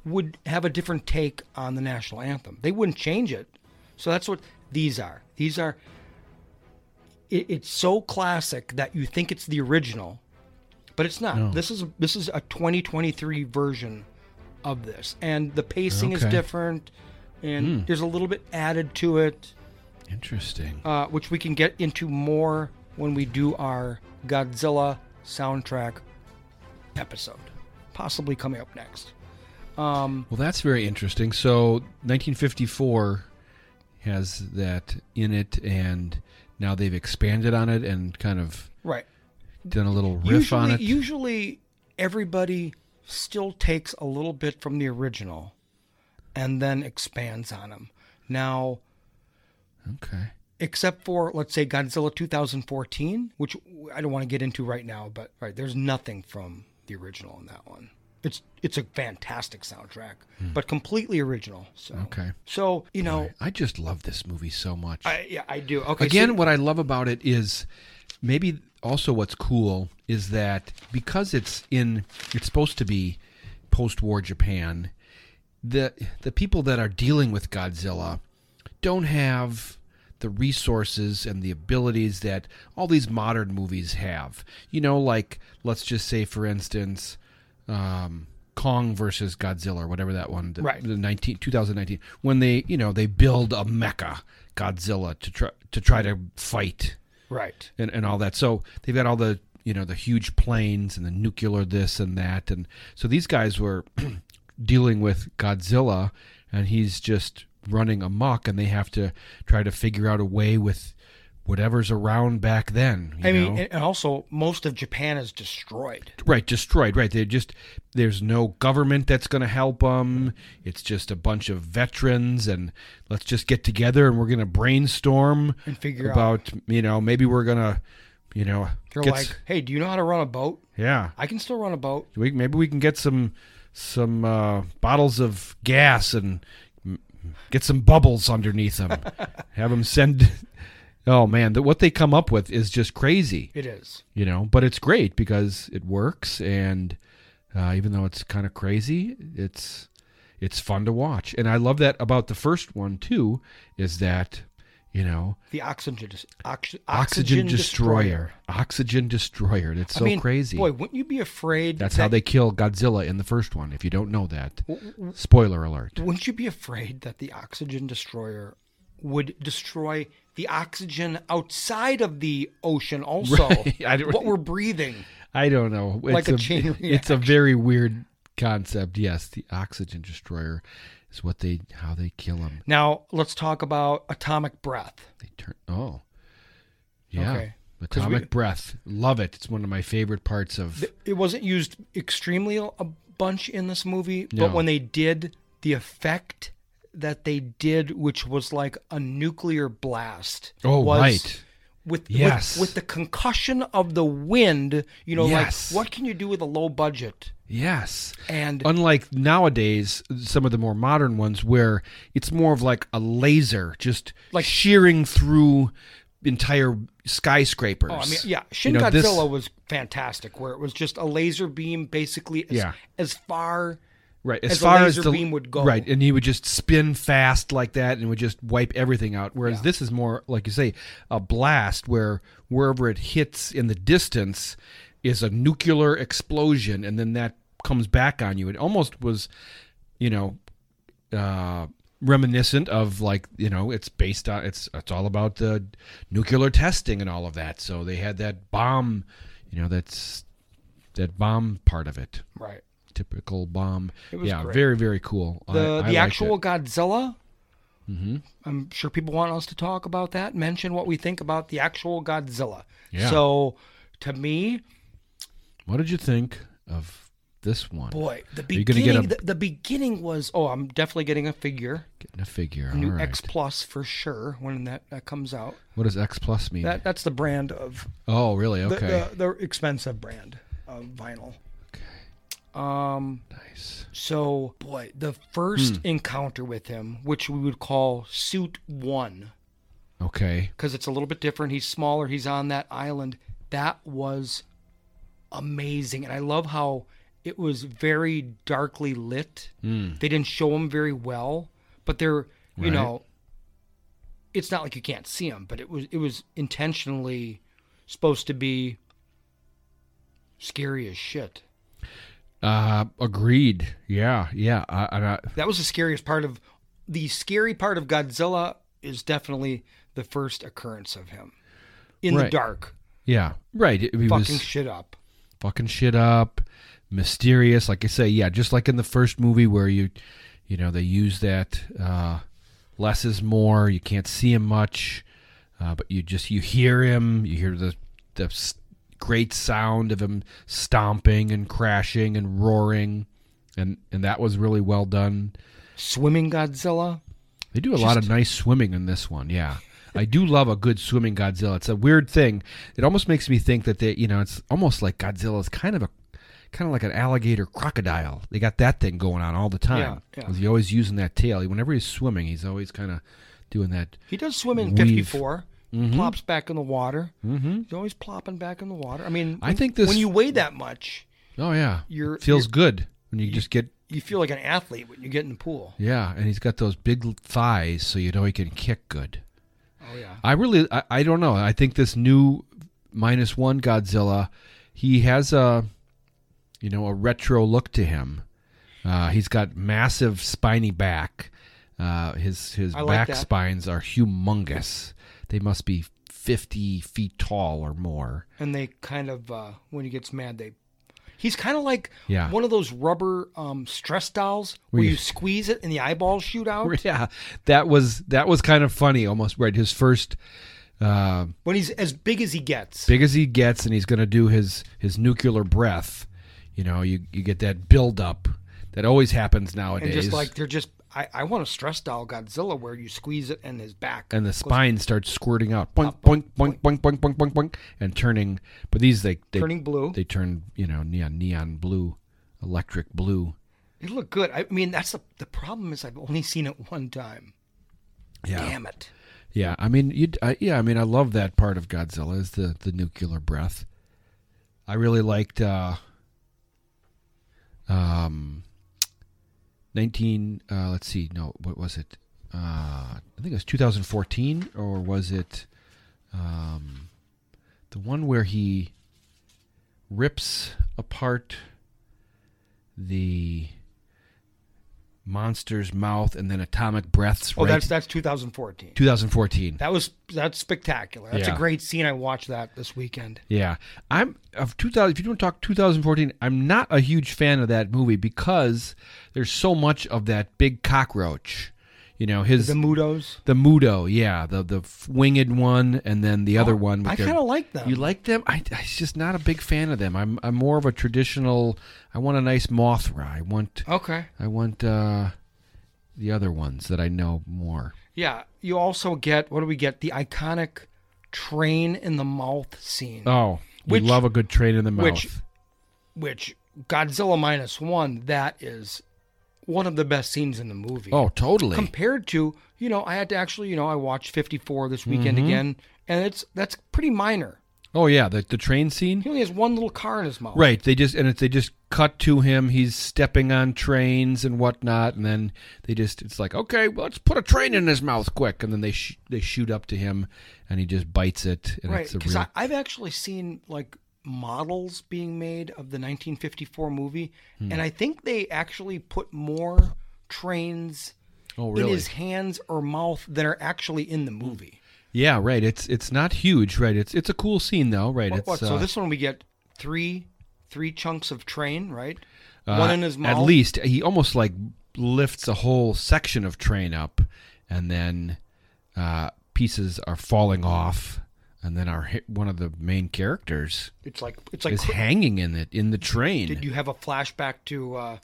would have a different take on the national anthem. They wouldn't change it. So that's what these are. These are. It, it's so classic that you think it's the original, but it's not.
No.
This is this is a 2023 version of this, and the pacing is
Okay. Hmm.
different, and there's a little bit added to it
interesting.
uh, which we can get into more when we do our Godzilla soundtrack episode, possibly coming up next. Um,
Well, that's very interesting. So 1954 has that in it, and now they've expanded on it and kind of
right.
done a little riff
Usually,
on it.
usually everybody still takes a little bit from the original and then expands on them. Now,
okay.
except for let's say Godzilla 2014, which I don't want to get into right now, but right there's nothing from the original in that one. It's it's a fantastic soundtrack,
Hmm.
but completely original. So
Okay.
So you know,
I just love this movie so much.
I, yeah, I do. Okay, so-
Again, what I love about it is maybe also what's cool is that because it's in it's supposed to be post-war Japan, the the people that are dealing with Godzilla don't have the resources and the abilities that all these modern movies have. You know, like let's just say for instance, um, Kong versus Godzilla, or whatever that one, the,
Right.
the 19, 2019, when they you know they build a mecha Godzilla to try to try to fight
right,
and, and all that. So they've got all the you know the huge planes and the nuclear this and that, and so these guys were dealing with Godzilla, and he's just running amok, and they have to try to figure out a way with whatever's around back then. You
I
know?
mean, and and also most of Japan is destroyed.
right destroyed right they just there's no government that's going to help them it's just a bunch of veterans and let's just get together and we're going to brainstorm
And figure out.
about you know maybe we're going to you know
They're
get s-
like, hey, do you know how to run a boat?
yeah
I can still run a boat.
we, maybe we can get some some uh, bottles of gas and mm, get some bubbles underneath them have them send oh man the, what they come up with is just crazy
It is.
you know but it's great because it works and uh, even though it's kind of crazy it's it's fun to watch and i love that about the first one too is that you know
The oxygen, dis- ox- oxygen,
oxygen, destroyer.
destroyer.
oxygen destroyer and it's so
I mean,
crazy
Boy, wouldn't you be afraid?
that's
that-
how they kill godzilla in the first one if you don't know that
W- w-
spoiler alert
Wouldn't you be afraid that the oxygen destroyer would destroy the oxygen outside of the ocean also?
Right, I don't-
what we're breathing.
i don't know it's
Like a chain
it's a very weird concept yes the oxygen destroyer is what they how they kill them
Now, let's talk about atomic breath.
They turn. Oh, yeah.
Okay. 'Cause we-
Atomic breath. Love it. It's one of my favorite parts of.
Th- It wasn't used extremely a bunch in this movie, but
No.
when they did, the effect that they did, which was like a nuclear blast.
oh,
was
right.
With,
Yes.
with with the concussion of the wind, you know,
Yes. Uh,
like what can you do with a low budget?
Yes.
And
Unlike nowadays, some of the more modern ones where it's more of like a laser just
Like-
shearing through entire skyscrapers.
Oh, I mean, yeah, Shin
You know,
Godzilla
this-
was fantastic, where it was just a laser beam, basically as,
Yeah.
as far.
Right, as,
as a
far
laser
as the
beam would go.
Right, and he would just spin fast like that, and would just wipe everything out. Whereas this is more, like you say, a blast where wherever it hits in the distance is a nuclear explosion, and then that comes back on you. It almost was, you know, uh, reminiscent of like you know, it's based on it's it's all about the nuclear testing and all of that. So they had that bomb, you know, that's that bomb part of it
Right.
typical bomb.
was
yeah,
great.
very very cool. I-
The
I liked
the actual
it. Mm-hmm.
Godzilla. I'm sure people want us to talk about that. Mention what we think about the actual Godzilla.
Yeah.
So, to me,
What did you think of this one?
boy, the
you gonna
beginning.
get
the, the beginning was. Oh, I'm definitely getting a figure.
Getting a figure.
New
All right.
X Plus for sure when that, that comes out.
what does X plus mean?
That that's the brand of
oh, really?
the,
Okay.
the, the expensive brand of vinyl. Um,
nice. Hmm.
So, boy, the first encounter with him, which we would call Suit One,
Okay.
because it's a little bit different. He's smaller. He's on that island. That was amazing, and I love how it was very darkly lit.
Hmm.
They didn't show him very well, but they're you
Right.
know, it's not like you can't see him, but it was it was intentionally supposed to be scary as shit.
Uh, agreed. Yeah, yeah. I, and I,
That was the scariest part of the scary part of Godzilla is definitely the first occurrence of him in the
Right.
dark,
yeah. Right. It, it
fucking
was
shit up.
fucking shit up, mysterious. Like I say, yeah. Just like in the first movie where you, you know, they use that uh, less is more. You can't see him much. uh, but you just you hear him you hear the the s- great sound of him stomping and crashing and roaring and and that was really well done
Swimming Godzilla.
they do a lot of nice swimming in this one yeah i do love a good swimming godzilla it's a weird thing it almost makes me think that they you know it's almost like godzilla's kind of a kind of like an alligator crocodile they got that thing going on all the time
Yeah, yeah.
'Cause he's always using that tail whenever he's swimming he's always kind of doing that
He does swim in
Weave.
54.
Mm-hmm.
Plops back in the water. Mm-hmm. He's always plopping back in the water. I mean,
I
when-
think this-
when you weigh that much,
oh yeah
You're-
feels good when you just get
you feel like an athlete when you get in the pool.
Yeah, and he's got those big l- thighs, so you know he can kick good.
Oh yeah,
I really, I, I don't know. I think this new minus one Godzilla, he has a, you know, a retro look to him. Uh, he's got massive spiny back. Uh, his his
I like
back
that.
spines are humongous. They must be fifty feet tall or more.
and they kind of uh, when he gets mad, they. He's kind of like
Yeah.
one of those rubber um, stress dolls where
you-
you squeeze it and the eyeballs shoot out.
Yeah, that was that was kind of funny. Almost right. His first. Uh,
when he's as big as he gets.
big as he gets and he's going to do his his nuclear breath you know you, you get that build up that always happens nowadays
and just like they're just, I, I want a stress doll Godzilla where you squeeze it and his back.
and the spine starts squirting out boink, boink boink boink boink boink boink boink and turning but these they, they
turning blue.
they turn you know neon neon blue electric blue
it looked good. I mean, that's the the problem is I've only seen it one time.
yeah
Damn it!
yeah i mean you I yeah i mean i love that part of godzilla is the the nuclear breath i really liked uh um 19 uh let's see no what was it uh i think it was 2014 or was it um the one where he rips apart the monster's mouth and then atomic breaths
Oh,
right
that's that's 2014.
2014
That was that's spectacular. That's
Yeah.
a great scene. I watched that this weekend.
Yeah, I'm of 2000. If you want to talk 2014, I'm not a huge fan of that movie because there's so much of that big cockroach. You know his
The
the,
Mudos.
Mudo, yeah, the the winged one, and then the other one. with
Oh, I
their-
kind of like them.
you like them? I, I'm just not a big fan of them. I'm I'm more of a traditional. I want a nice Mothra. I want
okay.
I want uh, the other ones that I know more.
Yeah. You also get what do we get? The iconic train in the mouth scene.
Oh,
Which-
we love a good train in the mouth.
which- which Godzilla minus one, that is one of the best scenes in the movie.
Oh, totally.
Compared to, you know, I had to actually, you know, I watched 54 this weekend
Mm-hmm.
again, and it's that's pretty minor.
oh yeah, the the train scene.
He only has one little car in his mouth.
Right. They just and it, they just cut to him. He's stepping on trains and whatnot, and then they just it's like okay, well, let's put a train in his mouth quick, and then they sh- they shoot up to him, and he just bites it, and
Right.
it's a
Because
real
I've actually seen like models being made of the 1954 movie,
Hmm.
and I think they actually put more trains
oh
in
really
his hands or mouth than are actually in the movie.
yeah right. It's it's not huge right. It's it's a cool scene though right. it's
What,
uh,
so this one we get three three chunks of train, right?
uh,
one in his mouth.
At least he almost like lifts a whole section of train up, and then uh, pieces are falling off, and then our hi- one of the main characters.
It's like it's like
is hanging in it in the train.
Did you have a flashback to uh,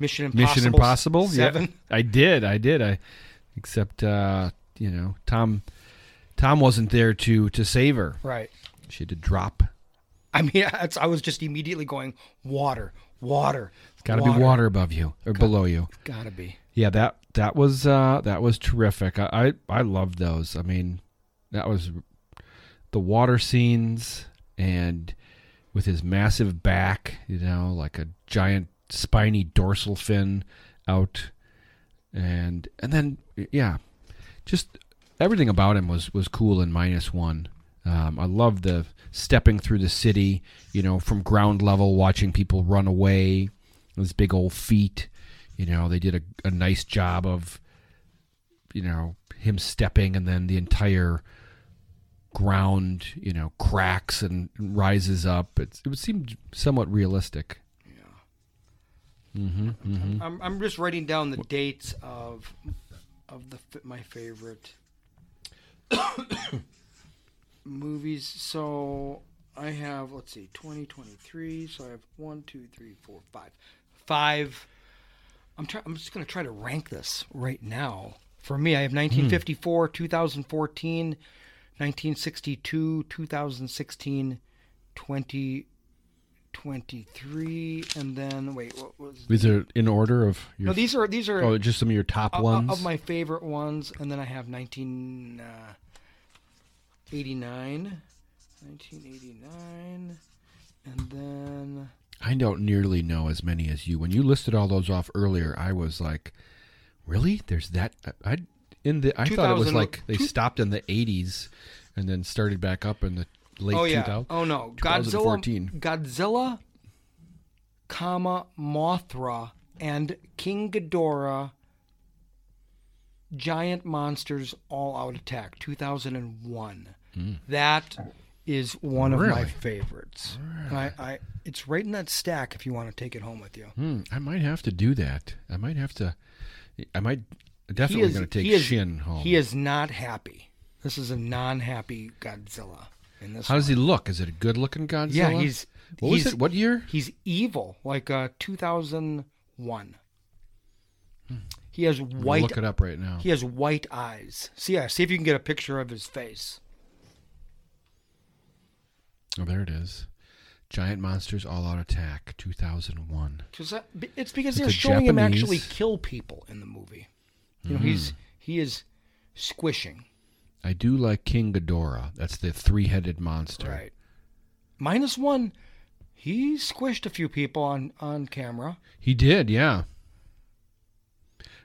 Mission Impossible?
Mission Impossible?
Seven.
Yeah, I did. I did. I except uh, you know Tom. Tom wasn't there to to save her.
Right.
She had to drop.
I mean, that's, I was just immediately going water, water. It's
Got to be water above you or below you.
Gotta be.
Yeah, that that was uh, that was terrific. I I, I loved those. I mean, that was the water scenes and with his massive back, you know, like a giant spiny dorsal fin out, and and then yeah, just everything about him was was cool in minus one. Um, I love the stepping through the city, you know, from ground level, watching people run away. Those big old feet, you know, they did a, a nice job of, you know, him stepping and then the entire ground, you know, cracks and rises up. It's, it seemed somewhat realistic.
I'm, I'm just writing down the dates of of the f- my favorite movies. So I have let's see, 2023. So I have one, two, three, four, five, five. I'm try- I'm just gonna try to rank this right now. For me, I have 1954, 2014, 1962, 2016, 2023, and then wait, what was
These are in order of your.
no, these are these are
oh, just some of your top
o- o-
ones.
of my favorite ones, and then I have uh, 1989, 1989, and then
I don't nearly know as many as you. When you listed all those off earlier, I was like, "Really? There's that?" uh, I, I in the I thought it was
2000
like they stopped in the '80s and then started back up in the late
oh yeah,
2000s.
oh no, Godzilla,
2014.
Godzilla, comma Mothra and King Ghidorah, giant monsters all out attack 2001. That is one of my
Hmm. Really?
favorites. And I, I, it's right in that stack if you want to take it home with you.
Hmm, I might have to do that. I might have to. I might
He
definitely
is
going to take
he is-
Shin home.
He is not happy. This is a non-happy Godzilla. In this,
How does he look? Is it a good-looking Godzilla?
yeah, he's
What
he's,
was it? What year?
He's evil, like uh, 2001. He has white.
Look it up right now.
He has white eyes. See, yeah, see if you can get a picture of his face.
Oh, there it is. Giant monsters all out attack 2001.
'Cause that- uh, b- it's because they're
a
showing him actually
Japanese-
kill people in the movie. You know, he's he is squishing.
I do like King Ghidorah. That's the three-headed monster.
Right. Minus one. He squished a few people on on camera.
He did, yeah.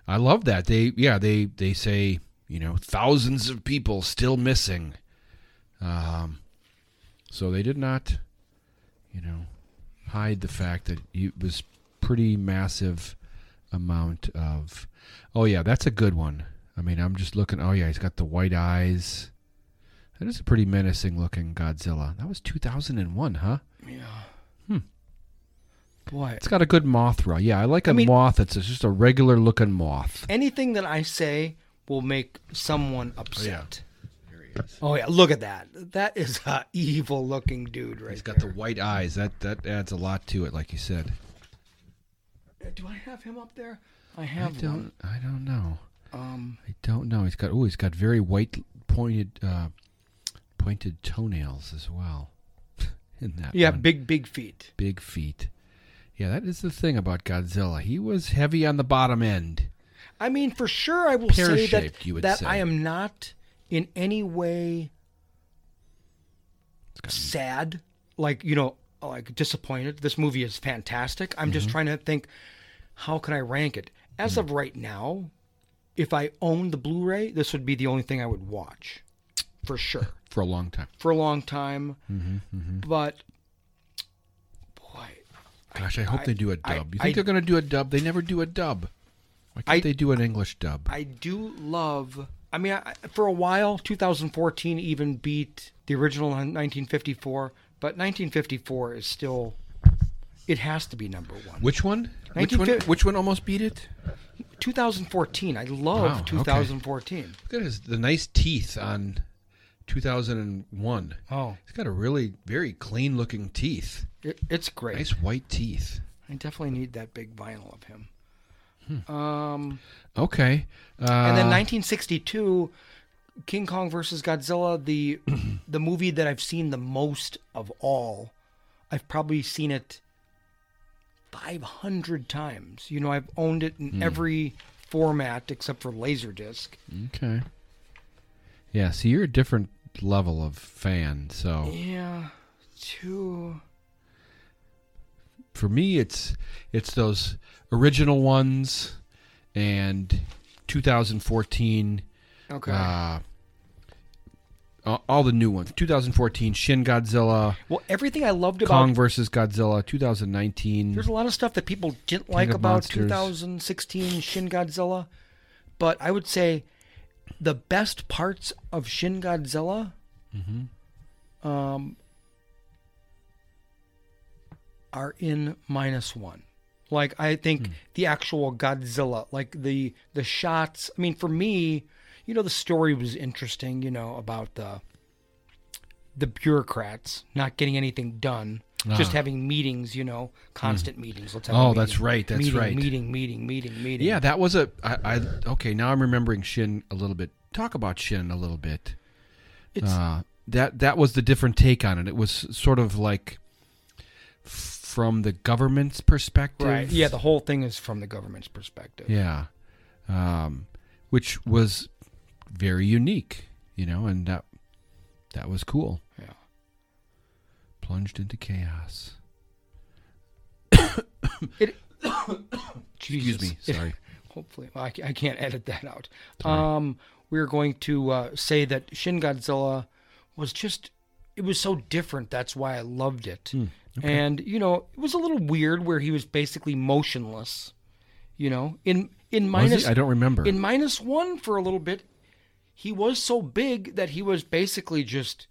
I love that. They yeah, they they say, you know, thousands of people still missing. Um so they did not you know hide the fact that it was pretty massive amount of Oh yeah, that's a good one. I mean, I'm just looking. Oh yeah, he's got the white eyes. That is a pretty menacing looking Godzilla. That was 2001, huh?
Yeah. Hmm. Boy,
It's got a good Mothra. Yeah, I like a
mean-
moth. It's just a regular looking moth.
anything that I say will make someone
yeah.
upset. Oh yeah, look at that. That is a evil looking dude right
He's got the
there.
white eyes. That that adds a lot to it, like you said.
Do I have him up there? I
I
have one.
don't. I don't know.
Um,
I don't know. He's got. Oh, he's got very white pointed uh, pointed toenails as well. In that.
yeah,
one.
big big feet.
big feet. Yeah, that is the thing about Godzilla. He was heavy on the bottom end.
I mean, for sure, I will say that,
Pear-shaped, you would
that
say.
I am not in any way sad, like, you know, like disappointed. This movie is fantastic. I'm
Mm-hmm.
just trying to think, how can I rank it? As of right now, if I owned the Blu ray, this would be the only thing I would watch for sure
for a long time.
for a long time.
Mm-hmm,
But, boy,
Gosh, I hope they do a
I-
dub. you
I-
think they're going to do a dub? They never do a dub. Why can't
I-
they do an English dub?
I do love. I mean, I, for a while, 2014 even beat the original in 1954, but 1954 is still. It has to be number one.
which one? Which one?
1950
Which one almost beat it?
2014. I love
Wow, okay.
2014.
Look at his the nice teeth on 2001.
Oh,
He's got a really very clean looking teeth.
it, it's great.
Nice white teeth.
I definitely need that big vinyl of him.
Hmm.
Um,
Okay. Uh,
and then 1962, King Kong versus Godzilla, the the movie that I've seen the most of all. I've probably seen it 500 times. You know, I've owned it
Hmm.
in every format except for Laserdisc.
Okay. Yeah. So you're a different level of fan. So.
Yeah, two.
for me it's it's those original ones and 2014
Okay.
uh a- all the new ones 2014 shin godzilla
well, everything I loved about
kong versus godzilla 2019
There's a lot of stuff that people didn't like
of
about
Monsters.
2016 Shin Godzilla, but I would say the best parts of Shin Godzilla. Um, are in minus one. Like I think
Hmm.
the actual Godzilla, like the the shots. I mean, for me, you know, the story was interesting. You know about the the bureaucrats not getting anything done, just having meetings. You know, constant meetings. Let's have. a
Uh-huh. Oh,
meeting,
that's right, that's
meeting,
right.
Meeting, meeting, meeting, meeting.
yeah that was a I, I okay now i'm remembering shin a little bit talk about shin a little bit
It's-
uh, that that was the different take on it it was sort of like f- from the government's perspective
right. Yeah, the whole thing is from the government's perspective.
Yeah. Um, which was very unique, you know, and that that was cool.
Yeah.
Plunged into chaos.
Jesus.
Excuse me. Sorry.
hopefully well, I, ca- I can't edit that out um we are going to uh, say that shin godzilla was just it was so different that's why i loved it
Hmm,
and you know it was a little weird where he was basically motionless you know in in
Was
minus
it? I don't remember.
in minus one for a little bit he was so big that he was basically just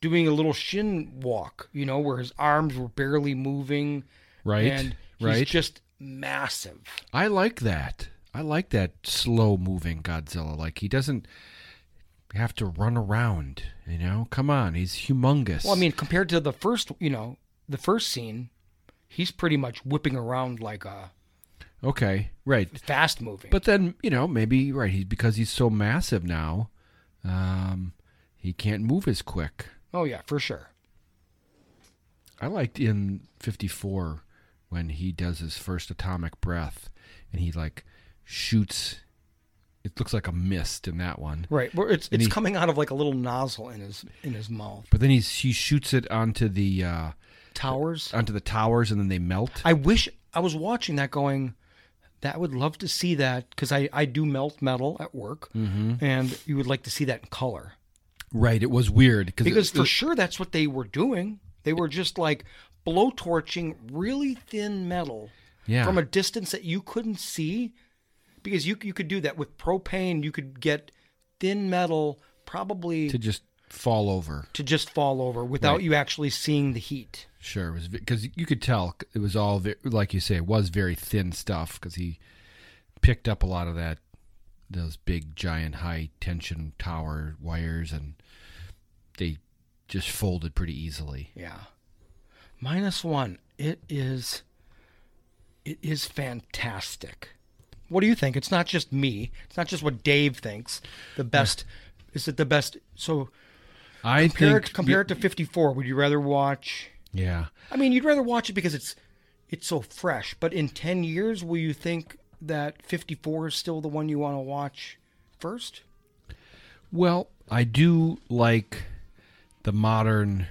doing a little shin walk you know where his arms were barely moving
right.
and he's
right.
just massive
I like that. I like that slow moving Godzilla. Like he doesn't have to run around, you know? Come on, he's humongous.
Well, I mean, compared to the first, you know, the first scene, he's pretty much whipping around like a
Okay. Right.
fast moving.
But then you know maybe right he's because he's so massive now, um, he can't move as quick.
oh yeah, for sure.
I liked in '54 when he does his first atomic breath and he like shoots. It looks like a mist in that one,
Right. Well, it's it's
he-
coming out of like a little nozzle in his in his mouth.
but then he he shoots it onto the uh,
Towers.
onto the towers and then they melt.
I wish I was watching that going. That would love to see that because I I do melt metal at work, and you would like to see that in color
right, it was weird
because
it-
for sure that's what they were doing. They were just like blowtorching really thin metal
yeah,
from a distance that you couldn't see because you you could do that with propane you could get thin metal probably
to
to,
just fall over.
just fall over without you actually seeing the heat
Sure, it was because you could tell it was all ve- like you say it was very thin stuff because he picked up a lot of that those big giant high tension tower wires and they just folded pretty easily.
yeah minus 1 it is it is fantastic what do you think it's not just me it's not just what dave thinks the best is it the best so
I
compare,
think
it, compare it to 54 would you rather watch
yeah,
I mean, you'd rather watch it because it's it's so fresh. But in 10 years, will you think that 54 is still the one you want to watch first?
Well, I do like the modern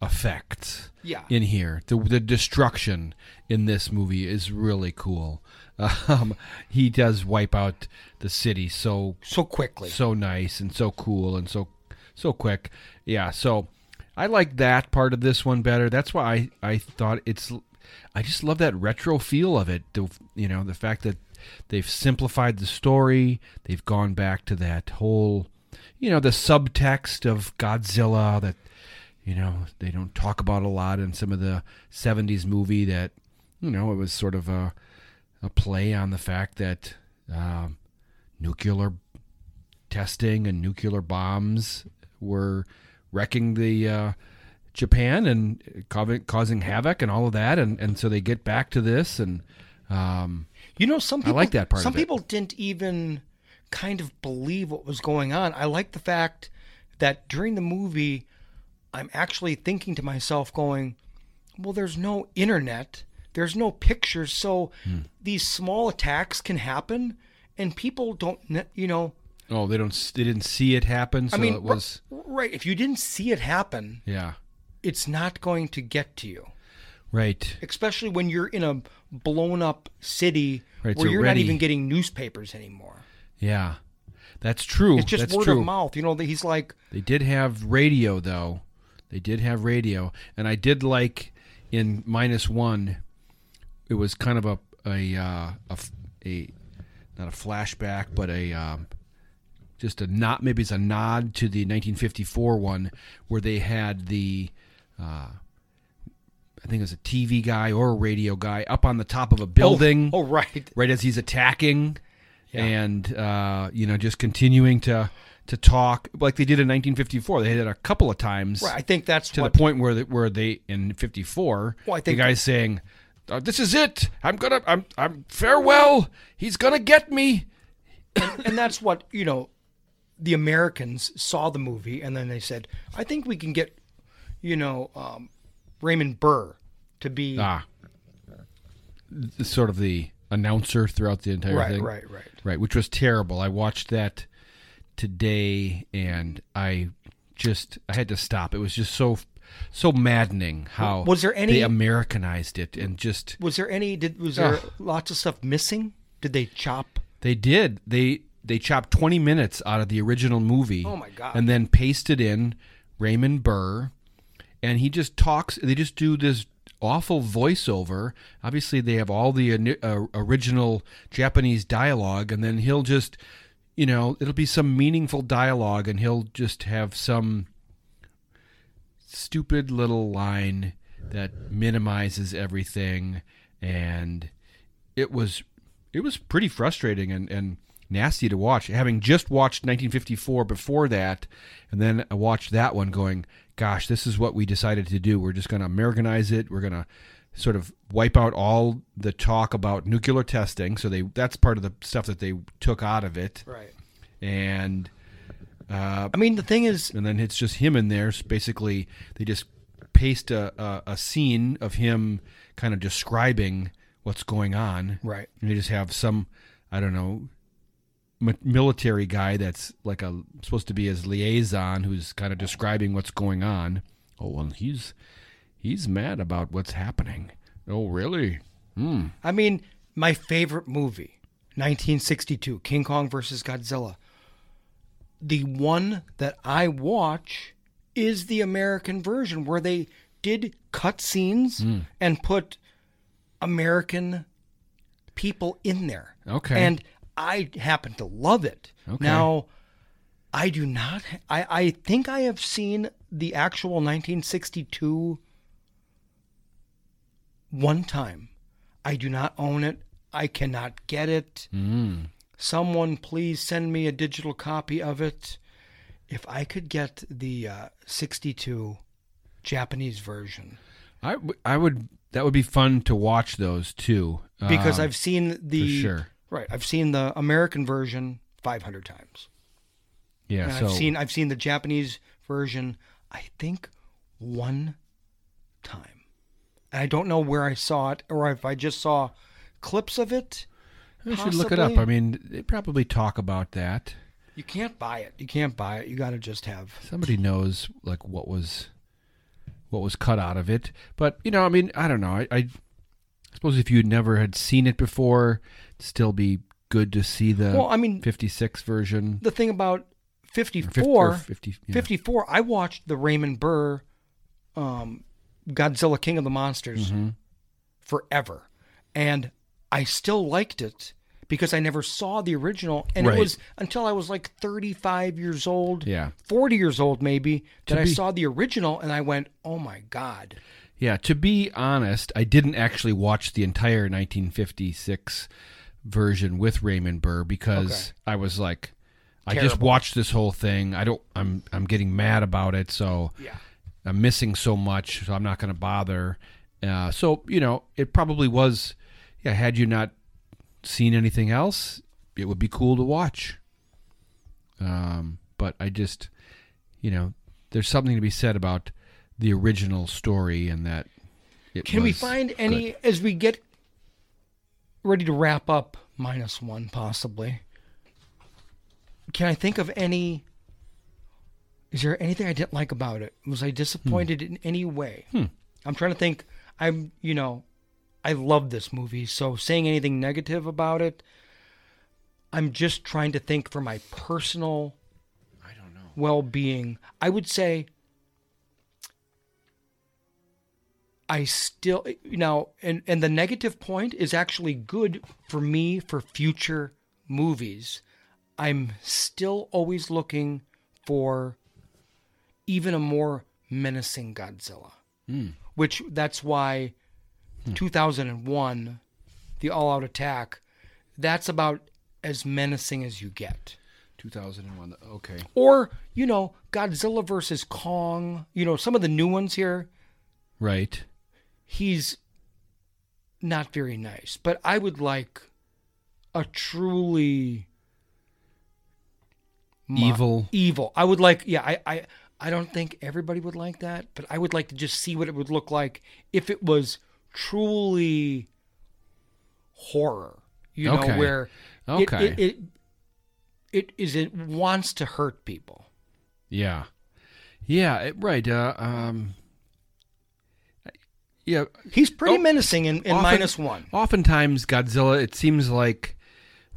effects
Yeah.
in here. The the destruction in this movie is really cool. Um, he does wipe out the city so
So quickly.
so nice and so cool and so so quick. Yeah, so I like that part of this one better. That's why I I thought it's I just love that retro feel of it. The, you know, the fact that they've simplified the story, they've gone back to that whole you know, the subtext of Godzilla that you know, they don't talk about a lot in some of the 70s movie that you know, it was sort of a a play on the fact that um, nuclear testing and nuclear bombs were wrecking the uh, Japan and causing, causing havoc and all of that, and, and so they get back to this, and um,
You know, some people,
like that part
Some
of it.
people didn't even kind of believe what was going on. I like the fact that during the movie, I'm actually thinking to myself, going, "Well, there's no internet, there's no pictures, so
Hmm.
these small attacks can happen, and people don't, ne- you know,
oh, they don't s- they didn't see it happen, so
I mean,
it was
r- right. If you didn't see it happen,
yeah,
it's not going to get to you."
right,
Especially when you're in a blown up city
Right,
where
so
you're not
ready.
even getting newspapers anymore.
yeah, that's true.
It's just
that's
word
true.
of mouth. You know, that he's like,
They did have radio though. They did have radio, and I did like in minus one. It was kind of a a uh, a, f- a- not a flashback, but a um, just a not maybe it's a nod to the 1954 one where they had the. Uh, I think it was a TV guy or a radio guy up on the top of a building
Oh, oh, right.
right as he's attacking and uh, you know just continuing to to talk like they did in 1954 they did it a couple of times
Right. I think that's
to
what.
the point where they, where they in 54
Well, I think-
the guy's saying uh, this is it i'm gonna i'm i'm farewell he's gonna get me
and that's what you know. The Americans saw the movie and then they said, "I think we can get, you know, um, Raymond Burr to be
ah Th- sort of the announcer throughout the entire
right,
thing
right, right."
right which was terrible i watched that today and i just i had to stop it was just so so maddening how
Was there any-
they americanized it and just
Was there any? Did was there
Ugh.
lots of stuff missing? Did they chop?
they did they they chopped 20 minutes out of the original movie
Oh, my God.
and then pasted in raymond burr and he just talks they just do this awful voiceover obviously they have all the ini- uh, original japanese dialogue and then he'll just you know it'll be some meaningful dialogue and he'll just have some stupid little line that minimizes everything and it was it was pretty frustrating and and nasty to watch having just watched 1954 before that and then I watched that one going gosh this is what we decided to do we're just going to americanize it we're going to sort of wipe out all the talk about nuclear testing so they that's part of the stuff that they took out of it
Right.
and uh
I mean, the thing is,
and then it's just him in there. So basically, they just paste a, a, a scene of him kind of describing what's going on.
right.
And they just have some, I don't know, mi- military guy that's like a supposed to be his liaison who's kind of describing what's going on. Oh well, he's he's mad about what's happening. Oh really? Hmm.
I mean, my favorite movie, 1962, King Kong versus Godzilla. The one that I watch is the American version where they did cut scenes and put American people in there.
Okay.
And I happen to love it.
Okay.
Now, I do not. I, I think I have seen the actual 1962 one time. I do not own it. I cannot get it.
Mm.
Someone please send me a digital copy of it. If I could get the uh, 62 Japanese version,
I w- I would that would be fun to watch those too
because
Um,
I've seen the
sure.
right, I've seen the American version 500 times.
yeah
And
so
I've seen I've seen the Japanese version. I think one time. I don't know where I saw it or if I just saw clips of it.
I should look it up.
Possibly.
I mean, they probably talk about that.
You can't buy it. You can't buy it. You got to just have.
Somebody knows like what was what was cut out of it. But you know, I mean, I don't know. I, I suppose if you never had seen it before, it'd still be good to see the
well, I mean,
56 version
the thing about
or
54,
50 or 50 yeah.
54, I watched the Raymond Burr um, Godzilla King of the Monsters
Mm-hmm.
forever. And I still liked it because I never saw the original. And
Right.
it was until I was like 35 years old,
Yeah.
40 years old maybe, that I
be-
saw the original and I went, oh my God.
Yeah, to be honest, I didn't actually watch the entire 1956 version with Raymond Burr because I was like I just
Terrible.
watched this whole thing. I don't I'm I'm getting mad about it, so
Yeah.
I'm uh, missing so much, so I'm not going to bother. Uh, so, you know, it probably was yeah, had you not seen anything else, it would be cool to watch. Um, but I just you know, there's something to be said about the original story and that. It
Can we
was
find
good.
any as we get ready to wrap up minus one possibly? Can I think of any? Is there anything I didn't like about it? Was I disappointed
Hmm.
in any way? I'm trying to think. I'm you know, I love this movie, so saying anything negative about it, I'm just trying to think for my personal
I don't know.
well being, I would say I still you know, and, and the negative point is actually good for me for future movies. I'm still always looking for even a more menacing Godzilla. Which that's why 2001 the all-out attack that's about as menacing as you get
2001. Okay.
or you know Godzilla versus Kong. You know some of the new ones here.
Right.
He's not very nice, but I would like a truly mo-
Evil.
Evil. I would like. Yeah, I, I, I don't think everybody would like that, but I would like to just see what it would look like if it was truly horror. You know
Okay.
where it-
Okay.
it, it, it is it wants to hurt people.
Yeah. Yeah. It, right. Uh, um. Yeah.
He's pretty
Oh,
menacing in, in
often-
minus one.
Oftentimes Godzilla, it seems like,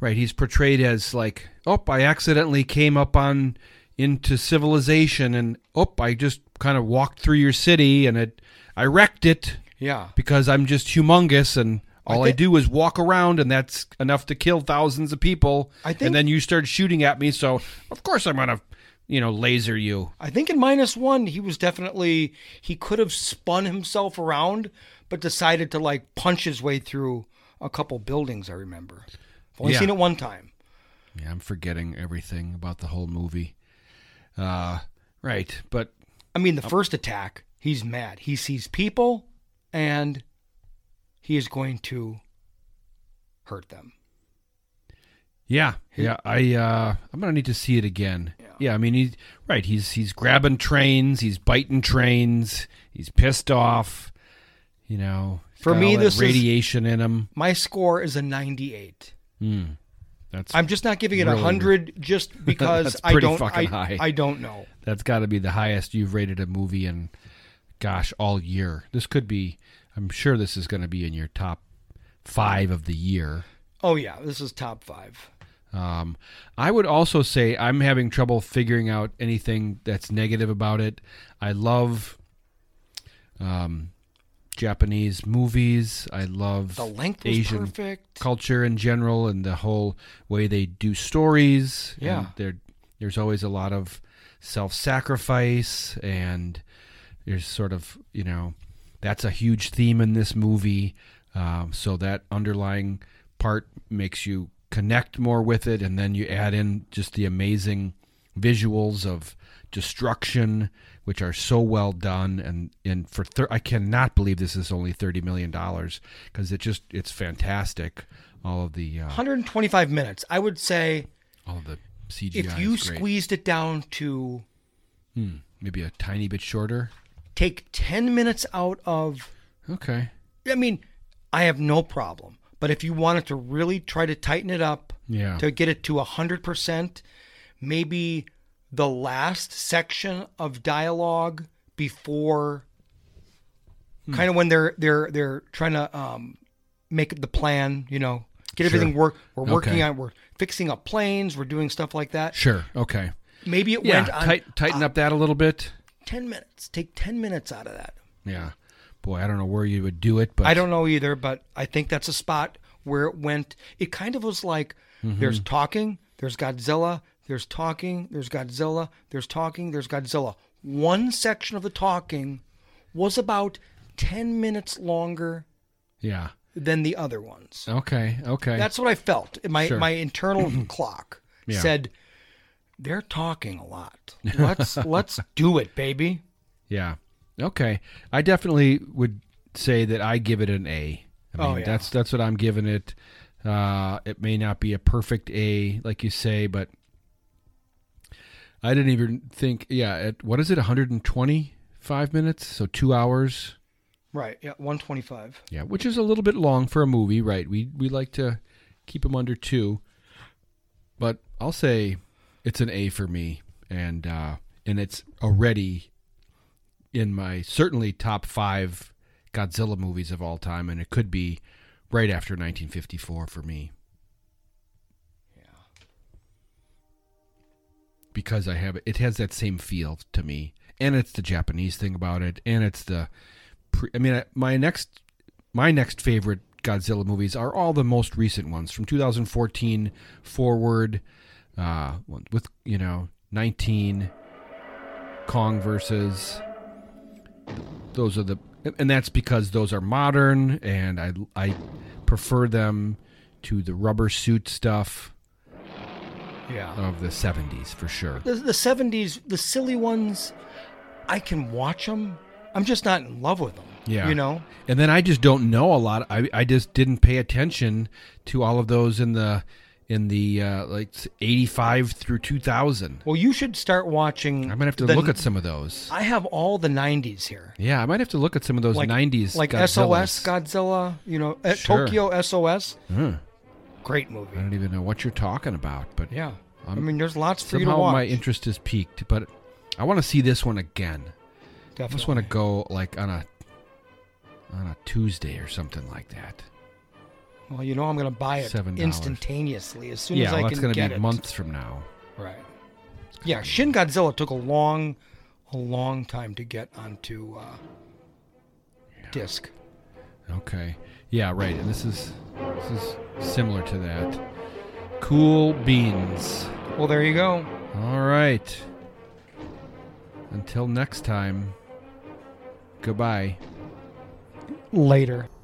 right? He's portrayed as like, oh, I accidentally came up on into civilization, and oh, I just kind of walked through your city, and it, I wrecked it.
Yeah.
because I'm just humongous and all I,
thi-
do is walk around and that's enough to kill thousands of people.
I think-
and then you start shooting at me, so of course I'm gonna, you know, laser you.
I think in minus one, he was definitely, he could have spun himself around, but decided to like punch his way through a couple buildings, I remember. I've only
Yeah.
seen it one time.
Yeah, I'm forgetting everything about the whole movie. Uh, right, but
I mean, the first attack, he's mad. He sees people and he is going to hurt them.
yeah, yeah, I uh, I'm gonna need to see it again.
Yeah.
I mean, he's right. He's he's grabbing trains, he's biting trains, he's pissed off. You know, he's
For
got
me,
all that
this is-
radiation in him.
My score is a 98.
Mm, that's
I'm just not giving it a
Really?
100 just because
That's
I
pretty
don't I,
fucking high.
I don't know.
That's got to be the highest you've rated a movie in, gosh, all year. This could be, I'm sure this is going to be in your top five of the year.
Oh yeah, this is top 5.
Um, I would also say I'm having trouble figuring out anything that's negative about it. I love um, Japanese movies. I love
The length was
Asian
perfect.
culture in general and the whole way they do stories.
Yeah.
And there there's always a lot of self sacrifice and there's sort of you know that's a huge theme in this movie. Um, so that underlying part makes you connect more with it and then you add in just the amazing visuals of destruction which are so well done and and for thir- I cannot believe this is only 30 million dollars cuz it just it's fantastic all of the uh,
125 minutes. I would say
all of the CGI
if you
is great.
squeezed it down to
maybe a Hmm, tiny bit shorter
take 10 minutes out of
Okay.
I mean, I have no problem. But if you wanted to really try to tighten it up
Yeah.
to get it to 100%, maybe the last section of dialogue before
Hmm.
kind of when they're they're they're trying to um, make the plan, you know, get everything work. We're working
Okay.
on we're fixing up planes, we're doing stuff like that.
Sure. Okay.
Maybe it
Yeah.
went on
tight, tighten up that a little bit.
10 minutes. Take 10 minutes out of that.
Yeah. Boy, I don't know where you would do it, but
I don't know either, but I think that's a spot where it went. It kind of was like
Mm-hmm.
there's talking, there's Godzilla, there's talking, there's Godzilla, there's talking, there's Godzilla. One section of the talking was about 10 minutes longer
Yeah.
than the other ones.
Okay. Okay.
That's what I felt. My
Sure.
my internal clock
Yeah.
said they're talking a lot. Let's let's do it, baby.
Yeah. Okay. I definitely would say that I give it an A. I mean,
Oh, yeah.
that's that's what I'm giving it. Uh, it may not be a perfect A, like you say, but I didn't even think. Yeah, at what is it? 125 minutes, so two hours.
Right. Yeah, 125.
Yeah, which is a little bit long for a movie, right? We we like to keep them under two, but I'll say it's an A for me, and uh, and it's already in my certainly top five Godzilla movies of all time, and it could be right after 1954 for me. Because I have it has that same feel to me, and it's the Japanese thing about it, and it's the, pre, I mean, I- my next my next favorite Godzilla movies are all the most recent ones from 2014 forward, uh, one- with you know 19 Kong versus. Those are the, and that's because those are modern, and I I prefer them to the rubber suit stuff
Yeah.
of the 70s for sure.
the, the 70s the silly ones i can watch them i'm just not in love with them
Yeah.
you know
And then I just don't know a lot. I, I just didn't pay attention to all of those in the in the uh, like 85 through 2000.
well you should start watching
I might have to
the-
look at some of those.
i have all the 90s here
Yeah, I might have to look at some of those 90s
like
Godzillas.
sos godzilla you know uh,
Sure. Hmm.
tokyo sos
Huh.
great
I
movie
don't even know what you're talking about, but
yeah i
I'm-
mean there's lots for you to
somehow
watch
my interest is peaked, but I want to see this one again. I
Definitely.
just want to go like on a on a Tuesday or something like that.
well you know i'm gonna buy it
$7.
instantaneously as soon
yeah,
as i
well, that's
can
gonna
get
be
it
months from now.
right yeah shin godzilla took a long a long time to get onto uh, disc
Okay. Yeah, right. And this is this is similar to that. Cool beans.
well there you go
All right. Until next time. Goodbye.
later